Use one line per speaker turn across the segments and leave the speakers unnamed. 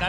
The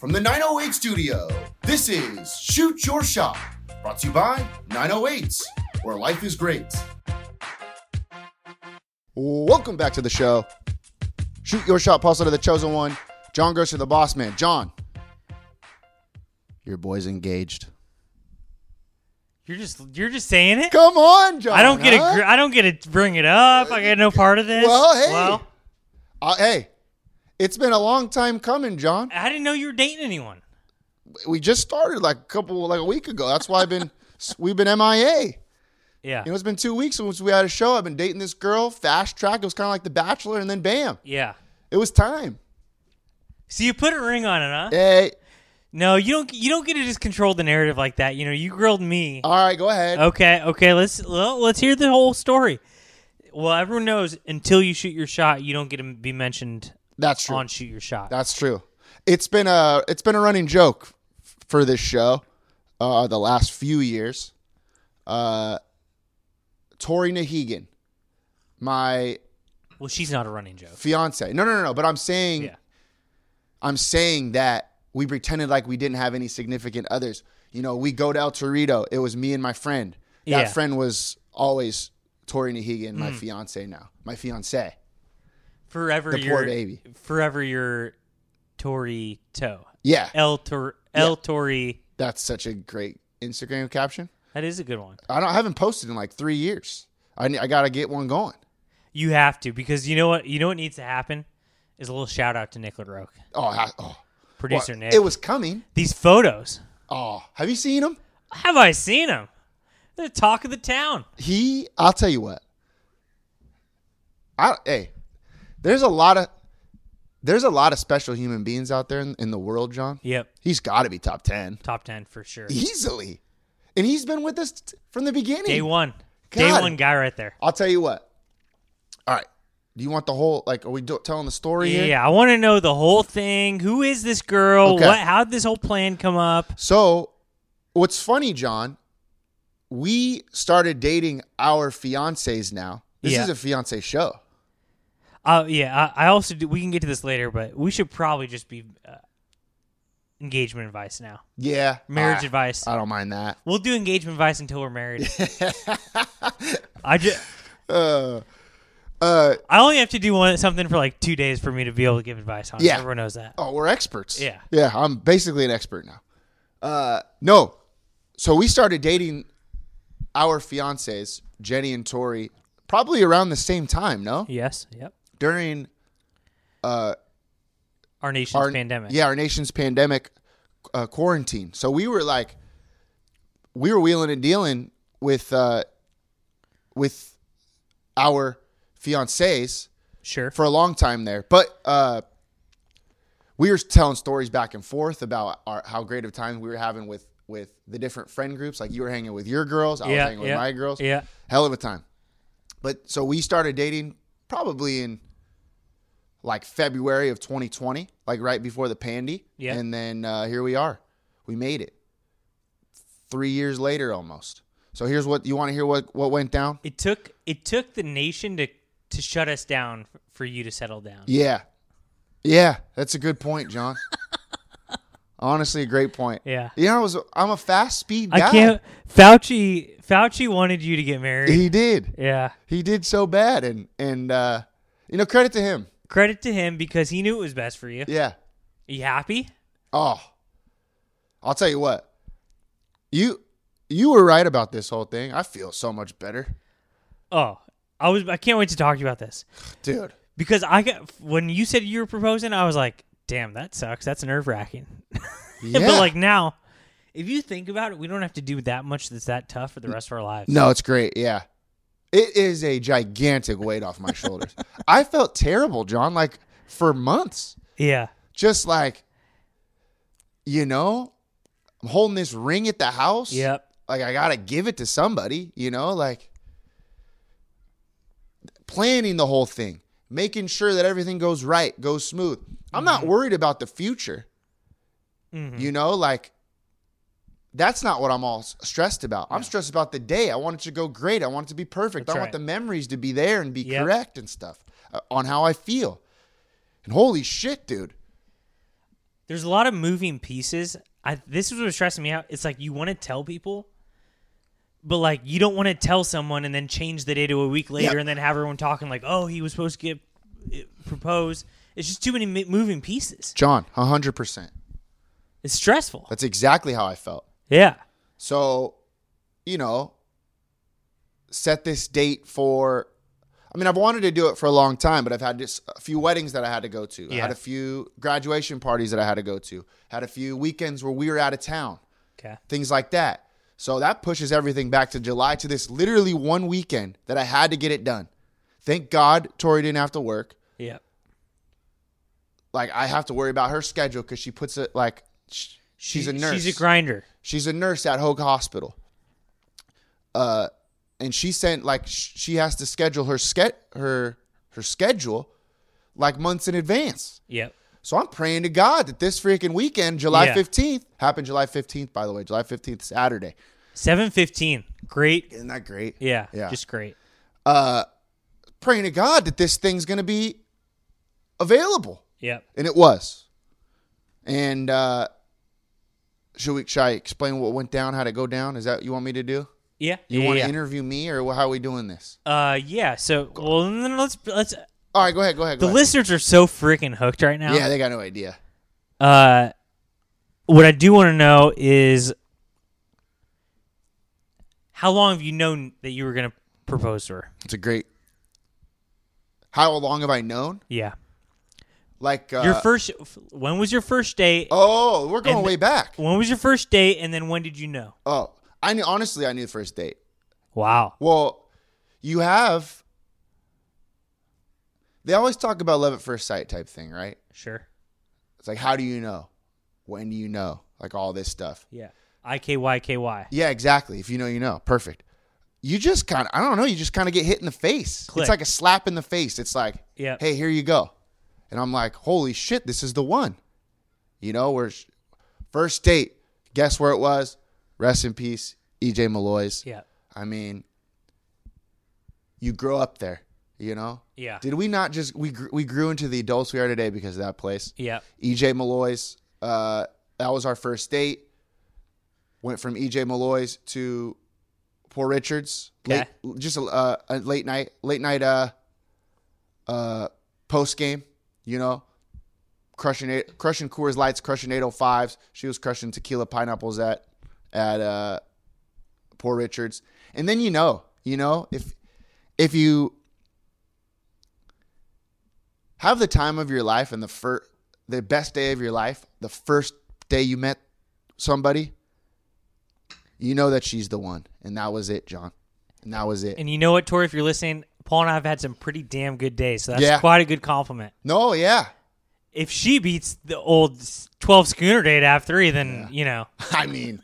from the 908 studio, this is Shoot Your Shot, brought to you by 908, where life is great. Welcome back to the show. Shoot Your Shot, puzzle to the chosen one. John goes to the boss man. John, your boy's engaged.
You're just you're just saying it.
Come on, John.
I don't get
huh?
a gr- I don't get to bring it up. I got no part of this.
Well, hey.
Well,
Uh, hey, it's been a long time coming, John.
I didn't know you were dating anyone.
We just started like a couple, like a week ago. That's why I've been, we've been MIA.
Yeah.
You know, it's been two weeks since we had a show. I've been dating this girl, fast track. It was kind of like The Bachelor, and then bam,
yeah.
it was time.
So you put a ring on it, huh?
Hey,
No, you don't. You don't get to just control the narrative like that. You know, you grilled me.
all right, go ahead.
Okay, okay. Let's well, let's hear the whole story. Well, everyone knows until you shoot your shot, you don't get to be mentioned
That's true.
on shoot your shot.
That's true. It's been a it's been a running joke f- for this show uh, the last few years. Uh, Tori Nahegan, my
well, she's not a running joke.
fiance. No, no, no, no. But I'm saying,
Yeah.
I'm saying that we pretended like we didn't have any significant others. You know, we go to El Torito. It was me and my friend. That
Yeah. Hmm.
friend was always Tori Nahegan, my fiance now, my fiance.
Forever
The
your
poor baby.
Forever your Tory toe.
Yeah,
El Tor El Tory.
that's such a great Instagram caption.
That is a good one.
I don't I haven't posted in like three years. I ne- I gotta get one going.
You have to because you know what you know what needs to happen is a little shout out to Nick Ledroke,
Oh, I, oh.
producer
Well,
Nick.
It was coming.
these photos.
Oh, have you seen him?
Have I seen them? They're the talk of the town.
He. I'll tell you what. I hey, there's a lot of there's a lot of special human beings out there in, in the world, John.
Yep,
He's got to be top ten
top ten for sure.
easily, and he's been with us t- from the beginning.
Day one, day
God.
one guy right there.
I'll tell you what. All right. Do you want the whole like? Are we do- telling the story here?
Yeah, I want to know the whole thing. Who is this girl?
Okay.
What? How did this whole plan come up?
So, what's funny, John? We started dating our fiancés now. This
Yeah.
is a fiance show.
Uh, yeah, I, I also do, we can get to this later, but we should probably just be uh, engagement advice now.
Yeah,
Marriage
I-
advice.
I don't mind that.
We'll do engagement advice until we're married. I just.
Uh, uh,
I only have to do one something for like two days for me to be able to give advice on. it.
Yeah.
everyone knows that.
oh, we're experts.
Yeah.
yeah. I'm basically an expert now. Uh, no, so we started dating our fiancés, Jenny and Tori, probably around the same time. No,
Yes. Yep.
during
Our nation's
our
pandemic.
Yeah, our nation's pandemic uh, quarantine. So we were like, we were wheeling and dealing with uh, with our fiancés
Sure.
for a long time there, but uh, we were telling stories back and forth about our, how great of times we were having with with the different friend groups. Like you were hanging with your girls, I was
Yeah,
hanging with
yeah,
my girls.
yeah.
hell of a time. But so we started dating probably in like February of 2020, like right before the pandy.
Yeah.
and then uh, here we are. We made it three years later almost. So here's what you want to hear what what went down.
it took it took the nation to to shut us down f- for you to settle down.
Yeah. Yeah, that's a good point, John. Honestly, a great point.
Yeah.
You know, I was I'm a fast speed guy.
I can't. Fauci Fauci wanted you to get married.
He did.
yeah.
He did so bad and and uh you know, credit to him.
Credit to him because he knew it was best for you.
Yeah.
Are you happy?
Oh. I'll tell you what. You you were right about this whole thing. I feel so much better.
Oh, I was. I can't wait to talk to you about this
Dude.
because I got when you said you were proposing, I was like, damn, that sucks. That's nerve wracking.
Yeah.
but like now, if you think about it, we don't have to do that much that's that tough for the rest of our lives.
No, it's great. Yeah. It is a gigantic weight off my shoulders. I felt terrible, John, like for months.
Yeah.
just like you know, I'm holding this ring at the house.
Yep.
Like I gotta give it to somebody, you know, like planning the whole thing, making sure that everything goes right, goes smooth. I'm not
Mm-hmm.
worried about the future. You know, like that's not what I'm all s- stressed about. I'm stressed about the day. I want it to go great. I want it to be perfect.
That's
I
right.
want the memories to be there and be
Yep.
correct and stuff uh, on how I feel. And holy shit, dude.
There's a lot of moving pieces. I this is what was stressing me out. It's like you want to tell people, but like you don't want to tell someone and then change the day to a week later and then have everyone talking like, oh, he was supposed to get uh, propose. It's just too many mi- moving pieces.
John, 100%.
It's stressful.
That's exactly how I felt.
Yeah.
So, you know, set this date for. I mean, I've wanted to do it for a long time, but I've had just a few weddings that I had to go to. I
Yeah.
had a few graduation parties that I had to go to. Had a few weekends where we were out of town,
Okay.
things like that. So that pushes everything back to July to this literally one weekend that I had to get it done. Thank God Tori didn't have to work.
Yeah.
Like I have to worry about her schedule because she puts it like sh- she's a nurse.
She's a grinder.
She's a nurse at Hogue Hospital. Uh, and she sent like sh- she has to schedule her ske- her her schedule like months in advance.
Yep.
So I'm praying to God that this freaking weekend, July
Yeah.
fifteenth, happened July fifteenth, by the way, July fifteenth, Saturday.
Seven fifteen. Great.
Isn't that great?
Yeah.
Yeah.
Just great.
Praying to God that this thing's gonna be available,
Yep.
and it was. And uh, should we? Should I explain what went down? How to go down? Is that what you want me to do?
Yeah.
You
yeah,
want to
yeah.
interview me, or how are we doing this?
Uh, yeah. So, well, then let's let's.
All right, go ahead, go ahead. Go
The
ahead.
listeners are so freaking hooked right now.
Yeah, they got no idea.
Uh, what I do want to know is how long have you known that you were going to propose to her?
It's a great. How long have I known?
Yeah.
Like uh,
Your first. When was your first date?
Oh, we're going
and-
way back.
When was your first date? And then when did you know?
Oh, I knew. Honestly, I knew the first date.
Wow.
Well, you have. They always talk about love at first sight type thing, right?
Sure.
It's like, how do you know? When do you know? Like all this stuff.
Yeah. I K Y K Y.
Yeah, exactly. If you know, you know. Perfect. You just kind of, I don't know, you just kind of get hit in the face.
Click.
It's like a slap in the face. It's like,
Yeah.
hey, here you go. And I'm like, holy shit, this is the one. You know, we're first date. Guess where it was? Rest in peace, EJ Malloy's.
Yeah.
I mean, you grow up there, you know?
Yeah.
Did we not just, we, gr- we grew into the adults we are today because of that place?
Yeah.
EJ E Malloy's. Uh, that was our first date. Went from EJ Malloy's to Poor Richards. Late, Just a, uh, a late night, late night uh, uh, post game. You know, crushing eight, crushing Coors Lights, crushing 805s. She was crushing tequila pineapples at at uh, Poor Richards. And then you know, you know, if if you have the time of your life and the fir- the best day of your life, the first day you met somebody, you know that she's the one, and that was it, John, and that was it.
And you know what, Tori, if you're listening, Paul and I have had some pretty damn good days, so that's
Yeah.
quite a good compliment.
No, yeah,
If she beats the old 12 schooner date after three, then, you know.
I mean,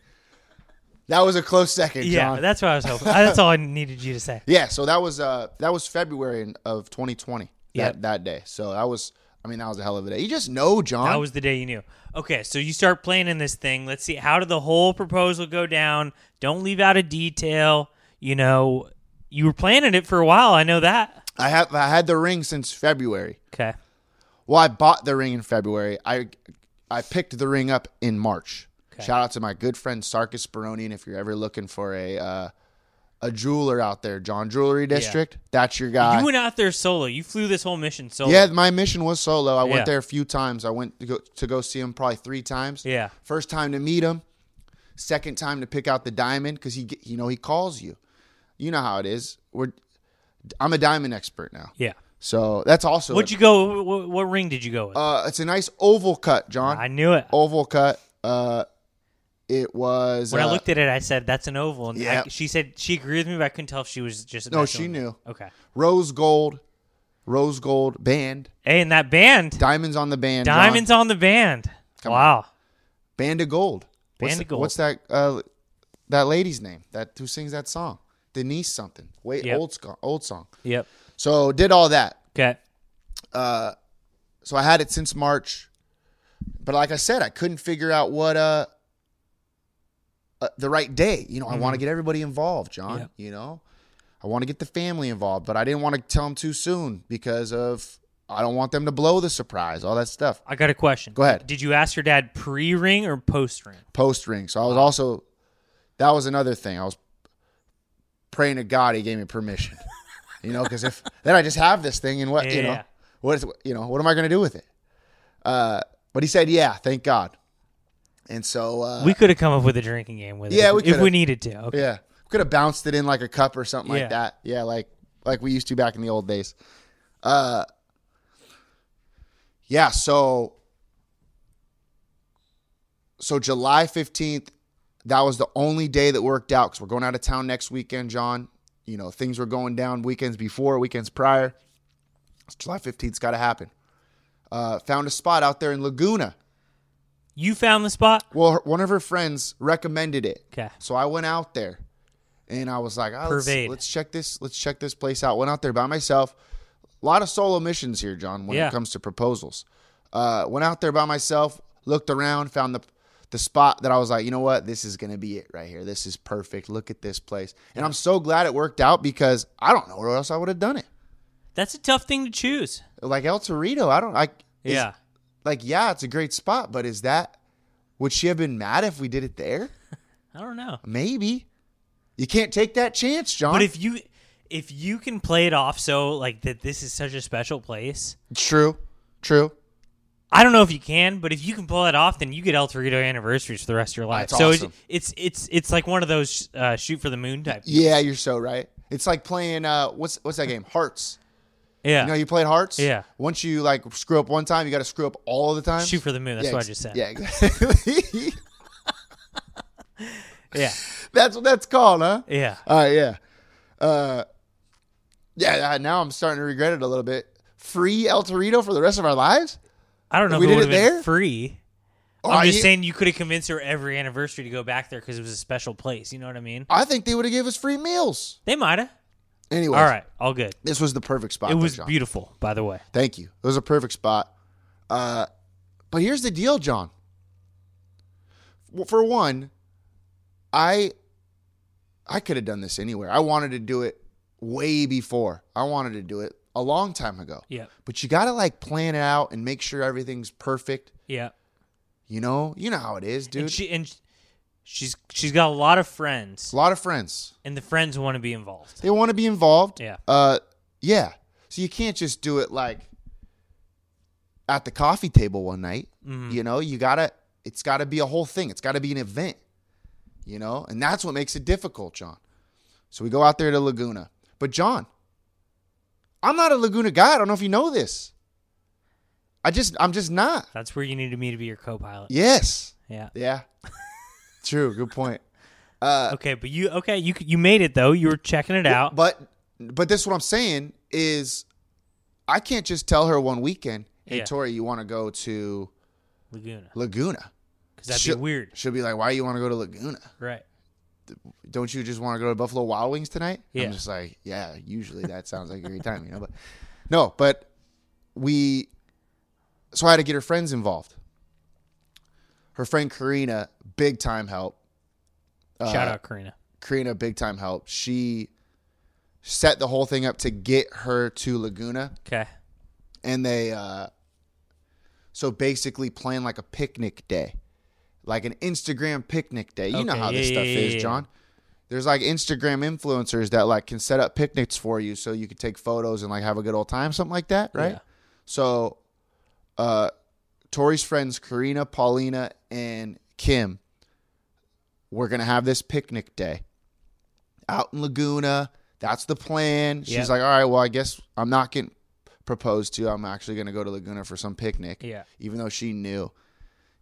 that was a close second,
Yeah,
John.
that's what I was hoping. I- that's all I needed you to say.
yeah, so that was uh that was February in- of 2020. That
Yeah.
that day. So that was, I mean, that was a hell of a day. You just know, John.
That was the day you knew. Okay, so you start playing in this thing. Let's see how did the whole proposal go down? Don't leave out a detail. You know, you were planning it for a while. I know that.
I have I had the ring since February.
Okay.
Well, I bought the ring in February. I I picked the ring up in March. Shout out to my good friend Sarkis Baronian. If you're ever looking for a uh, a jeweler out there, John Jewelry District, that's your guy.
you went out there solo. You flew this whole mission solo.
yeah, my mission was solo. I
Yeah.
went there a few times. I went to go, to go see him probably three times.
Yeah.
First time to meet him, second time to pick out the diamond because he get- you know he calls you. You know how it is. We're I'm a diamond expert now,
Yeah.
so that's also
What'd you go? What, what ring did you go with?
uh, it's a nice oval cut, John.
I knew it.
oval cut. Uh, it was.
When I
uh,
looked at it, I said that's an oval. And I-
Yeah.
she said she agreed with me, but I couldn't tell if she was just.
No,
that's
she
the one.
knew.
Okay.
rose gold, rose gold band,
Hey, and that band,
diamonds on the band. John.
diamonds on the band. wow.
Band of Gold. What's
Band of
th-
Gold.
What's that? Uh, that lady's name that who sings that song? Denise something. Wait,
Yep.
old song. Old song.
Yep.
So did all that.
Okay.
So I had it since March, but like I said, I couldn't figure out what uh, uh the right day. You know, I want to get everybody involved, John.
Yep.
You know, I want to get the family involved, but I didn't want to tell them too soon because of I don't want them to blow the surprise, all that stuff.
I got a question.
Go ahead.
Did you ask your dad pre ring or post ring?
Post ring. So I was also that was another thing. I was praying to God he gave me permission. you know, because if then I just have this thing and what you know
Yeah.
what is you know what am I going to do with it? Uh, but he said, yeah, thank God. And so uh,
we could have come up with a drinking game with
Yeah,
it
we
if- if, we
could've.
needed to. Okay.
Yeah. Could have bounced it in like a cup or something
Yeah.
like that. Yeah, like like we used to back in the old days. Uh Yeah, so so July 15th, that was the only day that worked out cuz we're going out of town next weekend, John. You know, things were going down weekends before, weekends prior. July 15th's got to happen. Uh found a spot out there in Laguna.
You found the spot.
Well, her, one of her friends recommended it.
Okay.
So I went out there, and I was like, oh, let's,
Pervade.
let's check this. Let's check this place out. Went out there by myself. A lot of solo missions here, John. When
Yeah.
it comes to proposals, uh, went out there by myself. Looked around, found the the spot that I was like, you know what, this is gonna be it right here. This is perfect. Look at this place, and I'm so glad it worked out because I don't know where else I would have done it.
That's a tough thing to choose.
Like El Torito, I don't. I is-
yeah.
Like yeah, it's a great spot, but is that would she have been mad if we did it there?
I don't know.
Maybe. You can't take that chance, John.
But if you if you can play it off so like that this is such a special place.
true, true.
I don't know if you can, but if you can pull it off, then you get El Torito anniversaries for the rest of your life.
That's
so
awesome.
it's, it's it's it's like one of those uh, shoot for the moon type.
Yeah, you're so right. It's like playing uh, what's what's that game? Hearts.
Yeah.
You know, you played Hearts.
Yeah.
Once you like screw up one time, you got to screw up all the time.
Shoot for the moon. That's what I just said.
Yeah, exactly.
yeah.
that's what that's called, huh?
Yeah.
Uh, yeah. Uh, yeah. uh, Now I'm starting to regret it a little bit. Free El Torito for the rest of our lives.
I don't know
We
if it
did
would have
it
been
there?
free.
Oh,
I'm just
you-
saying you could have convinced her every anniversary to go back there because it was a special place. You know what I mean?
I think they would have gave us free meals.
They might have.
Anyway,
All right. All good.
This was the perfect spot.
It
though,
was
John.
beautiful, by the way.
Thank you. It was a perfect spot. Uh, but here's the deal, John. Well, For one, I I could have done this anywhere. I wanted to do it way before. I wanted to do it a long time ago.
Yep.
But you got to like plan it out and make sure everything's perfect.
Yeah.
You know, you know how it is, dude.
And she and sh- she's she's got a lot of friends,
a lot of friends.
and the friends want to be involved.
They want to be involved.
Yeah.
Uh, yeah. So you can't just do it like at the coffee table one night. You know, you gotta. It's got to be a whole thing. It's got to be an event. You know, and that's what makes it difficult, John. So we go out there to Laguna, but John, I'm not a Laguna guy. I don't know if you know this. I just, I'm just not.
That's where you needed me to be your co-pilot.
Yes.
Yeah.
Yeah. True. Good point.
Okay, but you okay? You c- you made it though. You were checking it out.
But but this is what I'm saying is I can't just tell her one weekend, hey
Yeah.
Tori, you want to go to
Laguna,
Laguna.
because that'd
She'll-
be weird,
She'll be like, Why you want to go to Laguna?
right?
Don't you just want to go to Buffalo Wild Wings tonight?
Yeah.
I'm just like, Yeah, usually that sounds like a great time, you know, but no, but we so I had to get her friends involved. Her friend Karina, big time help. uh,
Shout out Karina.
Karina, big time help. She set the whole thing up to get her to Laguna.
Okay.
and they uh so basically plan like a picnic day like an instagram picnic day you know
Okay,
how this
yeah,
stuff
yeah, yeah,
is
yeah.
john there's like instagram influencers that like can set up picnics for you so you can take photos and like have a good old time something like that right
Yeah.
so uh tori's friends karina paulina and kim we're gonna have this picnic day out in laguna that's the plan she's
Yep.
like all right well i guess i'm not getting proposed to. I'm actually going to go to Laguna for some picnic.
Yeah.
Even though she knew,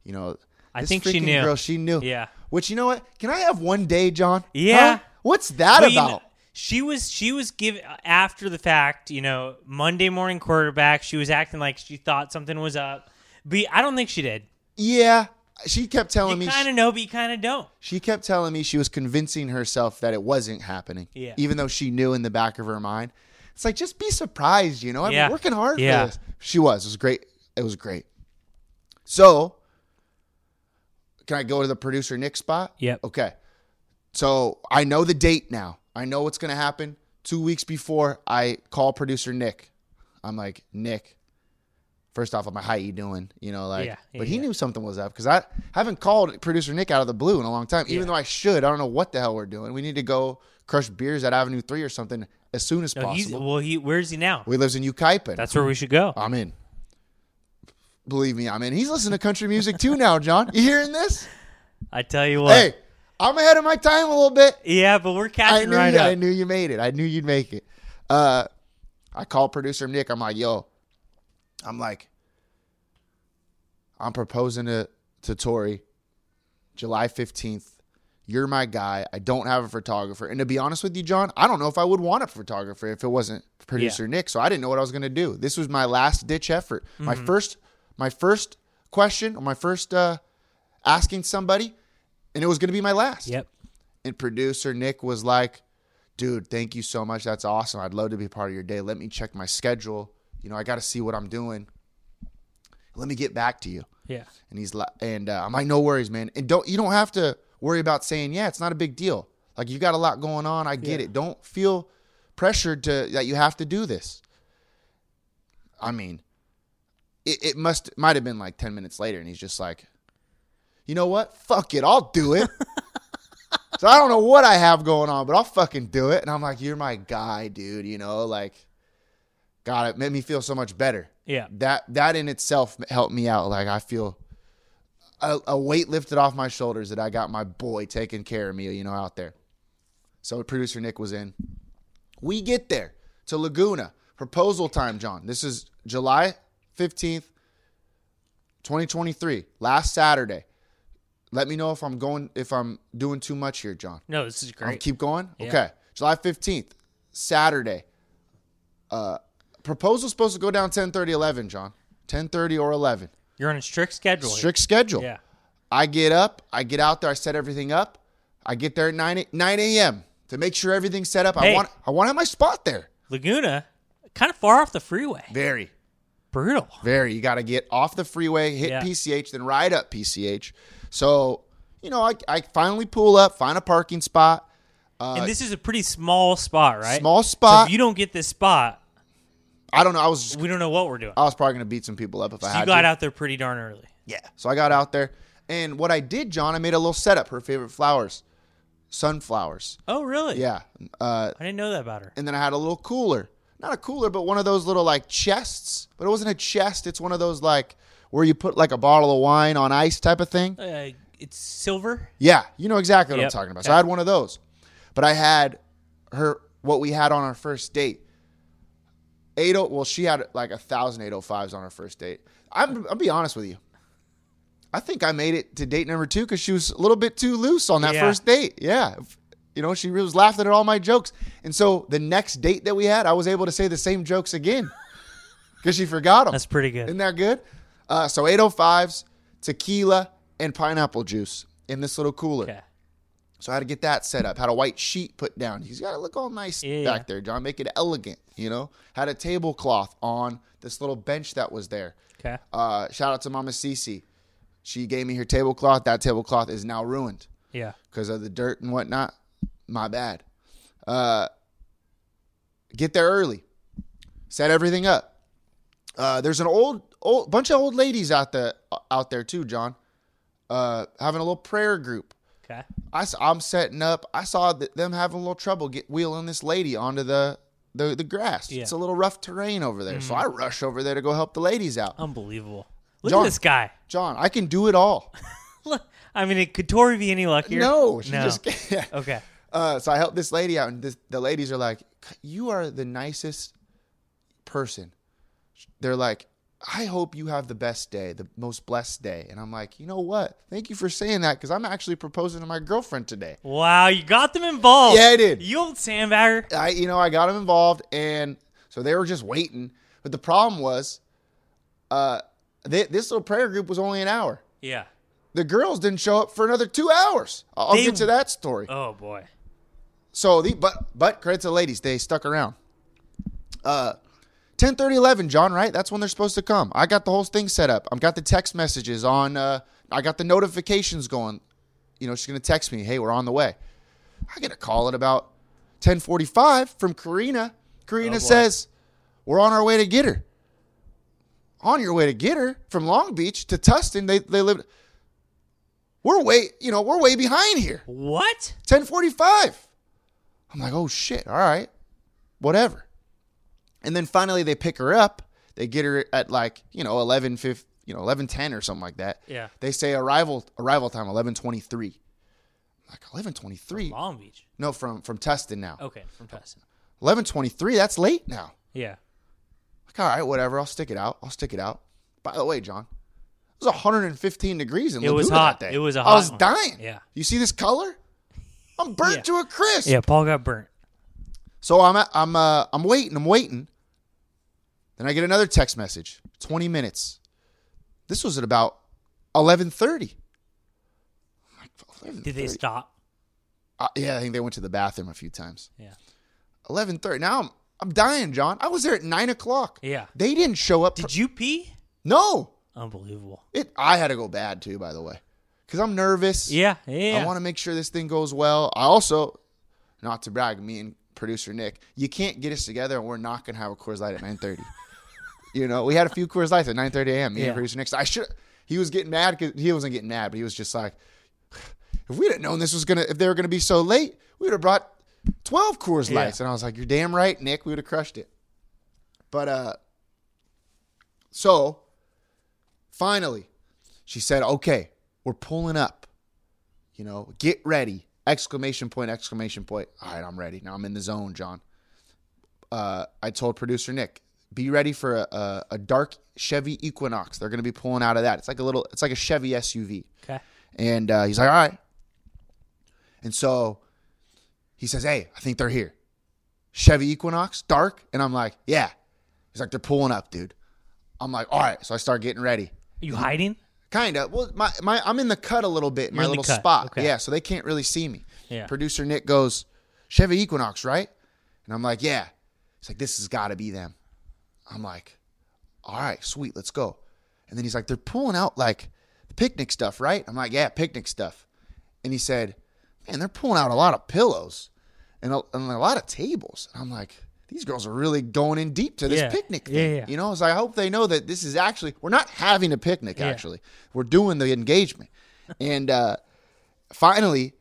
you know,
I
this
think she
freaking
knew.
Girl, she knew.
Yeah.
Which you know what? Can I have one day, John?
Yeah.
Huh? What's that
But, you
about?
know, she was she was give after the fact. You know, Monday morning quarterback. She was acting like she thought something was up. But I don't think she did.
yeah. she kept telling me
You kind of know, but you kind of don't.
she kept telling me she was convincing herself that it wasn't happening.
Yeah.
Even though she knew in the back of her mind. It's like just be surprised, you know. I'm
Yeah.
working hard
Yeah.
for this. She was. It was great. It was great. So can I go to the producer Nick spot?
Yep.
Okay. So I know the date now. I know what's gonna happen. Two weeks before I call producer Nick. I'm like, Nick, first off, I'm like, how you doing? You know, like,
Yeah, yeah,
but he
yeah.
knew something was up because I haven't called producer Nick out of the blue in a long time, even though I should. I don't know what the hell we're doing. We need to go crush beers at Avenue 3 or something as soon as
No, he's,
possible. Uh,
well, he where's he now?
we lives in Ukaipan.
That's where we should go.
I'm in. Believe me, I'm in. He's listening to country music too now, John. You hearing this?
I tell you what.
Hey, I'm ahead of my time a little bit.
Yeah, but we're
I
catching
knew,
right
you,
up.
I knew you made it. I knew you'd make it. Uh, I called producer Nick. I'm like, yo, I'm like, I'm proposing to, to Tori July 15th. You're my guy. I don't have a photographer. And to be honest with you, John, I don't know if I would want a photographer if it wasn't producer Nick. So I didn't know what I was going to do. This was my last ditch effort. My
Mm-hmm.
first, my first question or my first, uh, asking somebody and it was going to be my last.
Yep.
And producer Nick was like, dude, thank you so much. That's awesome. I'd love to be part of your day. Let me check my schedule. You know, I got to see what I'm doing. Let me get back to you.
Yeah.
And he's like, and uh, I'm like, no worries, man. And don't, you don't have to worry about saying, yeah, it's not a big deal. Like you got a lot going on. I get it. Don't feel pressured to, that you have to do this. I mean, it, it must, might have been like 10 minutes later. And he's just like, you know what? Fuck it. I'll do it. so I don't know what I have going on, but I'll fucking do it. And I'm like, you're my guy, dude. You know, like, God, it made me feel so much better.
Yeah.
That that in itself helped me out. Like I feel a, a weight lifted off my shoulders that I got my boy taking care of me, you know, out there. So producer Nick was in. We get there to Laguna. Proposal time, John. This is July 15th, 2023, last Saturday. Let me know if I'm going if I'm doing too much here, John.
No, this is
I'll
great.
keep going. Okay, July fifteenth, Saturday. Uh, proposal's supposed to go down 10, 11, John. 10.30 or 11.
You're on a strict schedule. here.
Strict schedule.
Yeah.
I get up. I get out there. I set everything up. I get there at 9, a- 9 a.m. to make sure everything's set up. I
Hey.
want I want to have my spot there.
Laguna, kind of far off the freeway.
Very,
Brutal.
very. You got to get off the freeway, hit
Yeah.
PCH, then ride up PCH. So, you know, I, I finally pull up, find a parking spot.
and this is a pretty small spot, right?
Small
So
spot.
if you don't get this spot,
I don't know. I was just
we don't know what we're doing.
I was probably gonna beat some people up if I
So
had
you got
to.
out there pretty darn early.
Yeah. So I got out there, and what I did, John, I made a little setup. Her favorite flowers, sunflowers.
Oh, really?
Yeah. Uh,
I didn't know that about her.
and then I had a little cooler, not a cooler, but one of those little like chests. But it wasn't a chest. It's one of those like where you put like a bottle of wine on ice type of thing.
Uh, it's silver.
Yeah, you know exactly what I'm
Yep.
talking about. So I had one of those, but I had her what we had on our first date. Eight oh, well, she had like a thousand eight oh fives on her first date. I'm, I'll be honest with you. I think I made it to date number two because she was a little bit too loose on that
Yeah.
first date. Yeah, you know she was laughing at all my jokes, and so the next date that we had, I was able to say the same jokes again because she forgot them.
That's pretty good.
Isn't that good? Uh, so 805s, tequila, and pineapple juice in this little cooler.
Okay.
So I had to get that set up. Had a white sheet put down. He's got to look all nice
Yeah.
back there, John. Make it elegant, you know. Had a tablecloth on this little bench that was there.
Okay.
Uh, shout out to Mama Cece. She gave me her tablecloth. That tablecloth is now ruined
Yeah.
because of the dirt and whatnot. My bad. Uh, get there early. Set everything up. Uh, there's an old, old bunch of old ladies out the out there too, John. Uh, having a little prayer group.
Okay.
I, am setting up. I saw th- them having a little trouble get wheeling this lady onto the the, the grass.
Yeah. Mm-hmm.
It's a little rough terrain over there, so I rush over there to go help the ladies out.
Um, Unbelievable. Look
John.
at this guy.
John, I can do it all.
Look, I mean, could Tori be any luckier?
no, she
no.
just can't.
okay.
Uh, so I helped this lady out, and this, the ladies are like, "You are the nicest person." They're like, "I hope you have the best day, the most blessed day." And I'm like, "You know what? Thank you for saying that because I'm actually proposing to my girlfriend today."
Wow, you got them involved.
Yeah, I did.
You old sandbagger.
I, you know, I got them involved, and so they were just waiting. But the problem was, uh, they, this little prayer group was only an hour.
Yeah.
the girls didn't show up for another two hours. I'll I'll
They-
get to that story.
Oh boy.
So the but but credit to the ladies, they stuck around. Uh 10 11 john right that's when they're supposed to come i got the whole thing set up i've got the text messages on uh, i got the notifications going you know she's gonna text me hey we're on the way i get a call at about 10.45 from karina karina says we're on our way to get her on your way to get her from long beach to tustin they, they live we're way you know we're way behind here
What?
10:45. I'm like, "Oh shit. All right. Whatever." And then finally they pick her up. They get her at like, you know, 11 you know, 11:10 or something like that.
Yeah.
They say arrival arrival time 11:23. I'm Like 11:23?
Long Beach.
No, from from Tustin now.
Okay, from Tustin.
11:23, that's late now.
Yeah.
Like, all right, whatever. I'll stick it out. I'll stick it out. By the way, John, it was 115 degrees in
It was
Laguna
hot.
that day.
It was a
I
hot
was
one.
dying.
Yeah.
You see this color? I'm burnt
Yeah.
to a crisp.
Yeah, Paul got burnt.
So I'm at, I'm uh, I'm waiting. I'm waiting. Then I get another text message. Twenty minutes. This was at about eleven thirty.
Did they stop?
Uh, yeah, I think they went to the bathroom a few times.
Yeah.
Eleven thirty. Now I'm I'm dying, John. I was there at nine o'clock.
Yeah.
They didn't show up.
Did you pee?
no.
Unbelievable.
It. I had to go bad too, by the way, because I'm nervous.
Yeah, yeah.
I want to make sure this thing goes well. I also, not to brag, me and producer Nick, you can't get us together and we're not gonna have a Coors Light at nine thirty. you know, we had a few Coors Lights at nine thirty a.m. Me
Yeah.
and producer Nick. I should. He was getting mad because he wasn't getting mad, but he was just like, if we'd have known this was gonna, if they were gonna be so late, we'd have brought twelve Coors Lights. And I was like, you're damn right, Nick. We would have crushed it. But uh, so finally, she said, "Okay, we're pulling up." you know, get ready! Exclamation point! Exclamation point! All right, I'm ready now. I'm in the zone, John. Uh, I told producer Nick, be ready for a, a, a dark Chevy Equinox. They're going to be pulling out of that. It's like a little, it's like a Chevy SUV.
Okay.
And uh, he's like, all right. And so he says, hey, I think they're here. Chevy Equinox, dark. And I'm like, yeah. He's like, they're pulling up, dude. I'm like, all right. So I start getting ready.
you hiding?
Kind of. Well, my, my I'm in the cut a little bit, in my
in the
little
cut.
spot.
Okay.
Yeah, so they can't really see me.
Yeah.
Producer Nick goes, Chevy Equinox, right? And I'm like, yeah. He's like, this has got to be them. I'm like, all right, sweet, let's go. And then he's like, they're pulling out like the picnic stuff, right? I'm like, yeah, picnic stuff. And he said, man, they're pulling out a lot of pillows and a, and a lot of tables. And I'm like, these girls are really going in deep to this
Yeah.
picnic
Yeah,
thing.
yeah.
You know, I was like, I hope they know that this is actually, we're not having a picnic,
Yeah.
actually. We're doing the engagement. and uh, finally,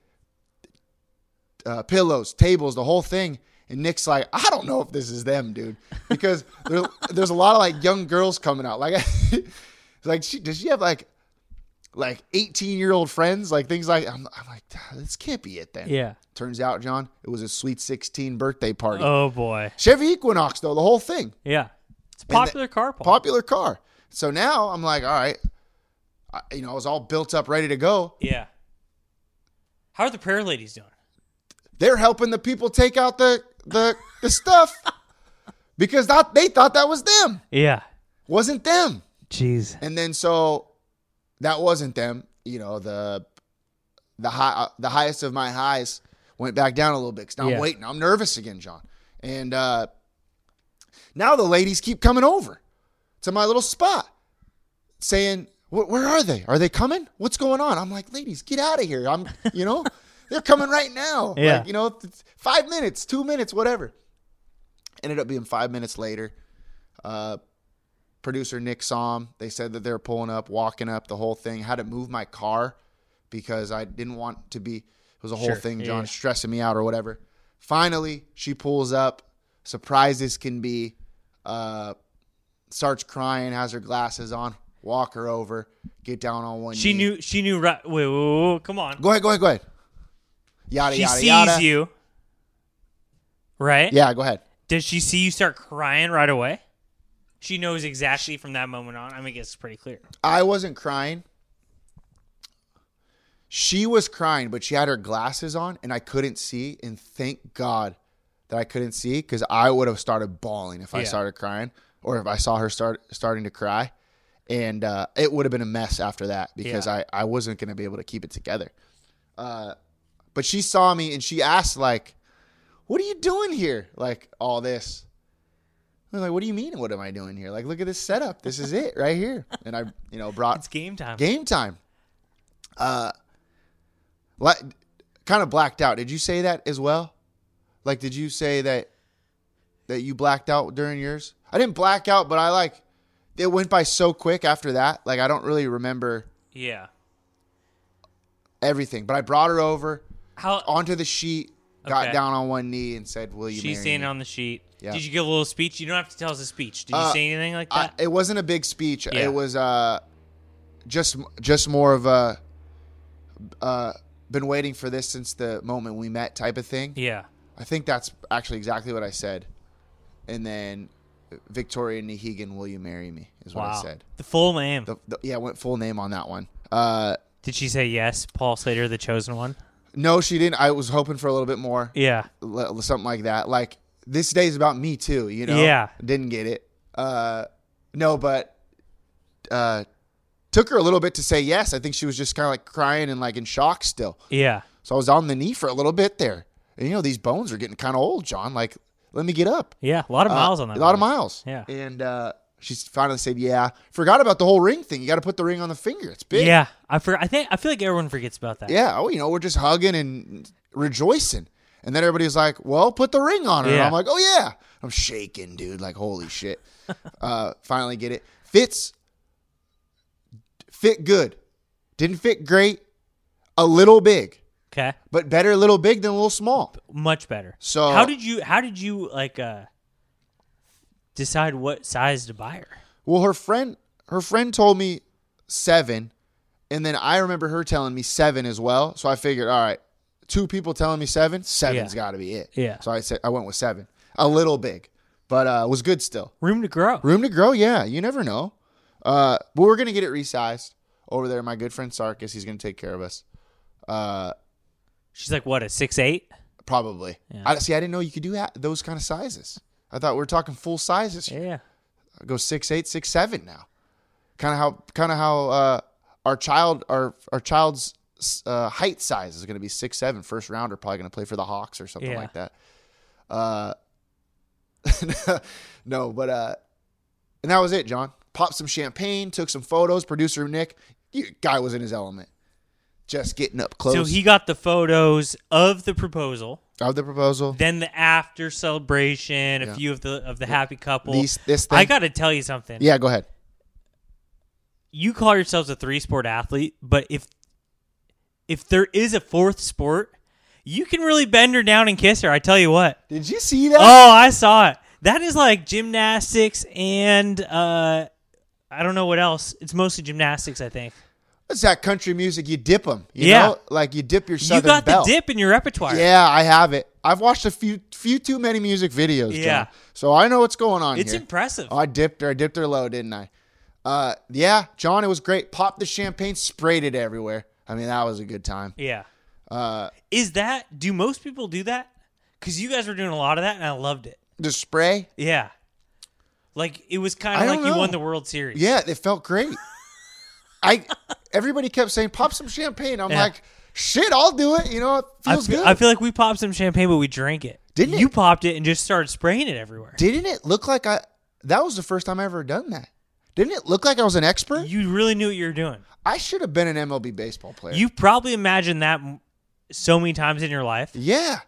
uh, pillows, tables, the whole thing. And Nick's like, I don't know if this is them, dude, because there, there's a lot of like young girls coming out. Like, like she does she have like like 18 year old friends, like things like I'm, I'm like "Ah, this can't be it then.
Yeah.
Turns out, John, it was a sweet 16 birthday party.
Oh boy.
Chevy Equinox though, the whole thing,
Yeah. It's a popular car, Paul.
popular car. So now I'm like, all right, I, you know, I was all built up, ready to go.
yeah. How are the prayer ladies doing?
they're helping the people take out the the the stuff because that they thought that was them
Yeah.
wasn't them
Jeez.
and then so that wasn't them you know the the high uh, the highest of my highs went back down a little bit 'cause now
Yeah.
i'm waiting i'm nervous again john and uh now the ladies keep coming over to my little spot saying, "Wh- "Where are they? Are they coming? What's going on?" I'm like, "Ladies, get out of here!" I'm, you know, they're coming right now.
Yeah.
Like, you know, th- five minutes, two minutes, whatever. Ended up being five minutes later. Uh, producer Nick saw 'em. They said that they're pulling up, walking up, the whole thing. Had to move my car because I didn't want to be. It was a whole
Sure.
thing,
Yeah,
John,
yeah.
stressing me out or whatever. Finally, she pulls up. Surprised as can be. Uh, starts crying, has her glasses on. Walk her over, get down on one.
She
knee.
knew she knew right wait, whoa, whoa, whoa, come on.
Go ahead, go ahead, go ahead. Yada
She
yada
sees
yada.
you. Right?
Yeah, go ahead.
Did she see you start crying right away? She knows exactly from that moment on. I mean, it's pretty clear.
I wasn't crying. She was crying, but she had her glasses on, and I couldn't see. And thank God that I couldn't see, because I would have started bawling if I
Yeah.
started crying, or if I saw her start starting to cry. and uh, it would have been a mess after that because I, I wasn't going to be able to keep it together. Uh, but she saw me and she asked like, "What are you doing here? Like all this?" I was like, "What do you mean? What am I doing here? Like, look at this setup. This is it right here." And I, you know, brought
It's game time.
game time. Uh, like, kind of blacked out. Did you say that as well? Like, did you say that that you blacked out during yours? I didn't black out, but I like it went by so quick after that. Like, I don't really remember
Yeah.
everything. But I brought her over
How
onto the sheet, got
Okay.
down on one knee, and said, "Will you?"
she's
marry
standing
me?
on the sheet.
Yeah.
Did you give a little speech? You don't have to tell us a speech. Did you
Uh,
say anything like
I,
that?
it wasn't a big speech.
Yeah.
It was uh, just just more of a uh, been waiting for this since the moment we met type of thing.
yeah.
I think that's actually exactly what I said. And then Victoria Nihegan, will you marry me? Is what
Wow.
I said.
The full name.
The, the, yeah, I went full name on that one. Uh,
Did she say yes? Paul Slater, the chosen one.
no, she didn't. I was hoping for a little bit more,
Yeah.
L- something like that. Like this day's about me too. You know.
Yeah.
Didn't get it. Uh, no, but uh, took her a little bit to say yes. I think she was just kind of like crying and like in shock still.
Yeah.
So I was on the knee for a little bit there. And you know these bones are getting kind of old, John. Like, let me get up.
Yeah. A lot of
Uh,
miles on that.
A lot of
one.
miles.
Yeah.
And uh, she finally said, "Yeah." Forgot about the whole ring thing. You got to put the ring on the finger. It's big.
Yeah. I for, I think I feel like everyone forgets about that.
Yeah. Oh, you know, we're just hugging and rejoicing. And then everybody's like, "Well, put the ring on her." And
Yeah.
I'm like, "Oh yeah." I'm shaking, dude. Like, holy shit. uh, finally get it. Fits. Fit good. Didn't fit great. A little big,
Okay.
but better a little big than a little small.
Much better.
So-
how did you how did you like uh decide what size to buy her?
Well, her friend her friend told me seven, and then I remember her telling me seven as well. So I figured, all right, two people telling me seven, seven's
Yeah.
got to be it.
Yeah.
So I said I went with seven, a little big, but uh, was good still.
Room to grow.
Room to grow, yeah. You never know. Uh, but we're gonna get it resized over there. My good friend Sarkis, he's gonna take care of us. Uh,
She's like what a six eight.
probably. I see. I didn't know you could do that, those kind of sizes. I thought we were talking full sizes.
Yeah.
go six eight, six seven now. Kind of how kind of how uh, our child our our child's uh, height size is going to be six seven. First rounder probably going to play for the Hawks or something
Yeah.
like that. Uh, no, but uh, and that was it. John popped some champagne, took some photos. Producer Nick, you, guy was in his element, just getting up close.
So he got the photos of the proposal,
of the proposal.
then the after celebration, a few of the of the happy couple.
These- this
I
thing-
got to tell you something.
yeah, go ahead.
You call yourselves a three sport athlete, but if if there is a fourth sport, you can really bend her down and kiss her. I tell you what.
Did you see that?
Oh, I saw it. That is like gymnastics and uh I don't know what else. It's mostly gymnastics, I think.
It's that country music. You dip them. You
Yeah.
know? like you dip your
you
southern
got
belle.
the dip in your repertoire.
Yeah, I have it. I've watched a few few too many music videos.
Yeah.
John. So I know what's going on
It's
here.
impressive.
Oh, I dipped her. I dipped her low, didn't I? Uh, yeah, John, it was great. Popped the champagne, sprayed it everywhere. I mean, that was a good time.
Yeah. Uh, is that do most people do that? Because you guys were doing a lot of that, and I loved it.
The spray,
Yeah. Like it was kind
I
of like
don't
you won
know.
the World Series.
yeah, it felt great. I everybody kept saying, "Pop some champagne." I'm
Yeah.
like, "Shit, I'll do it." You know, it
I
feels
feel,
good.
I feel like we popped some champagne, but we drank it.
Didn't
you
it?
popped it and just started spraying it everywhere?
Didn't it look like I? That was the first time I ever done that. Didn't it look like I was an expert?
You really knew what you were doing.
I should have been an MLB baseball player.
You probably imagined that m- so many times in your life.
Yeah.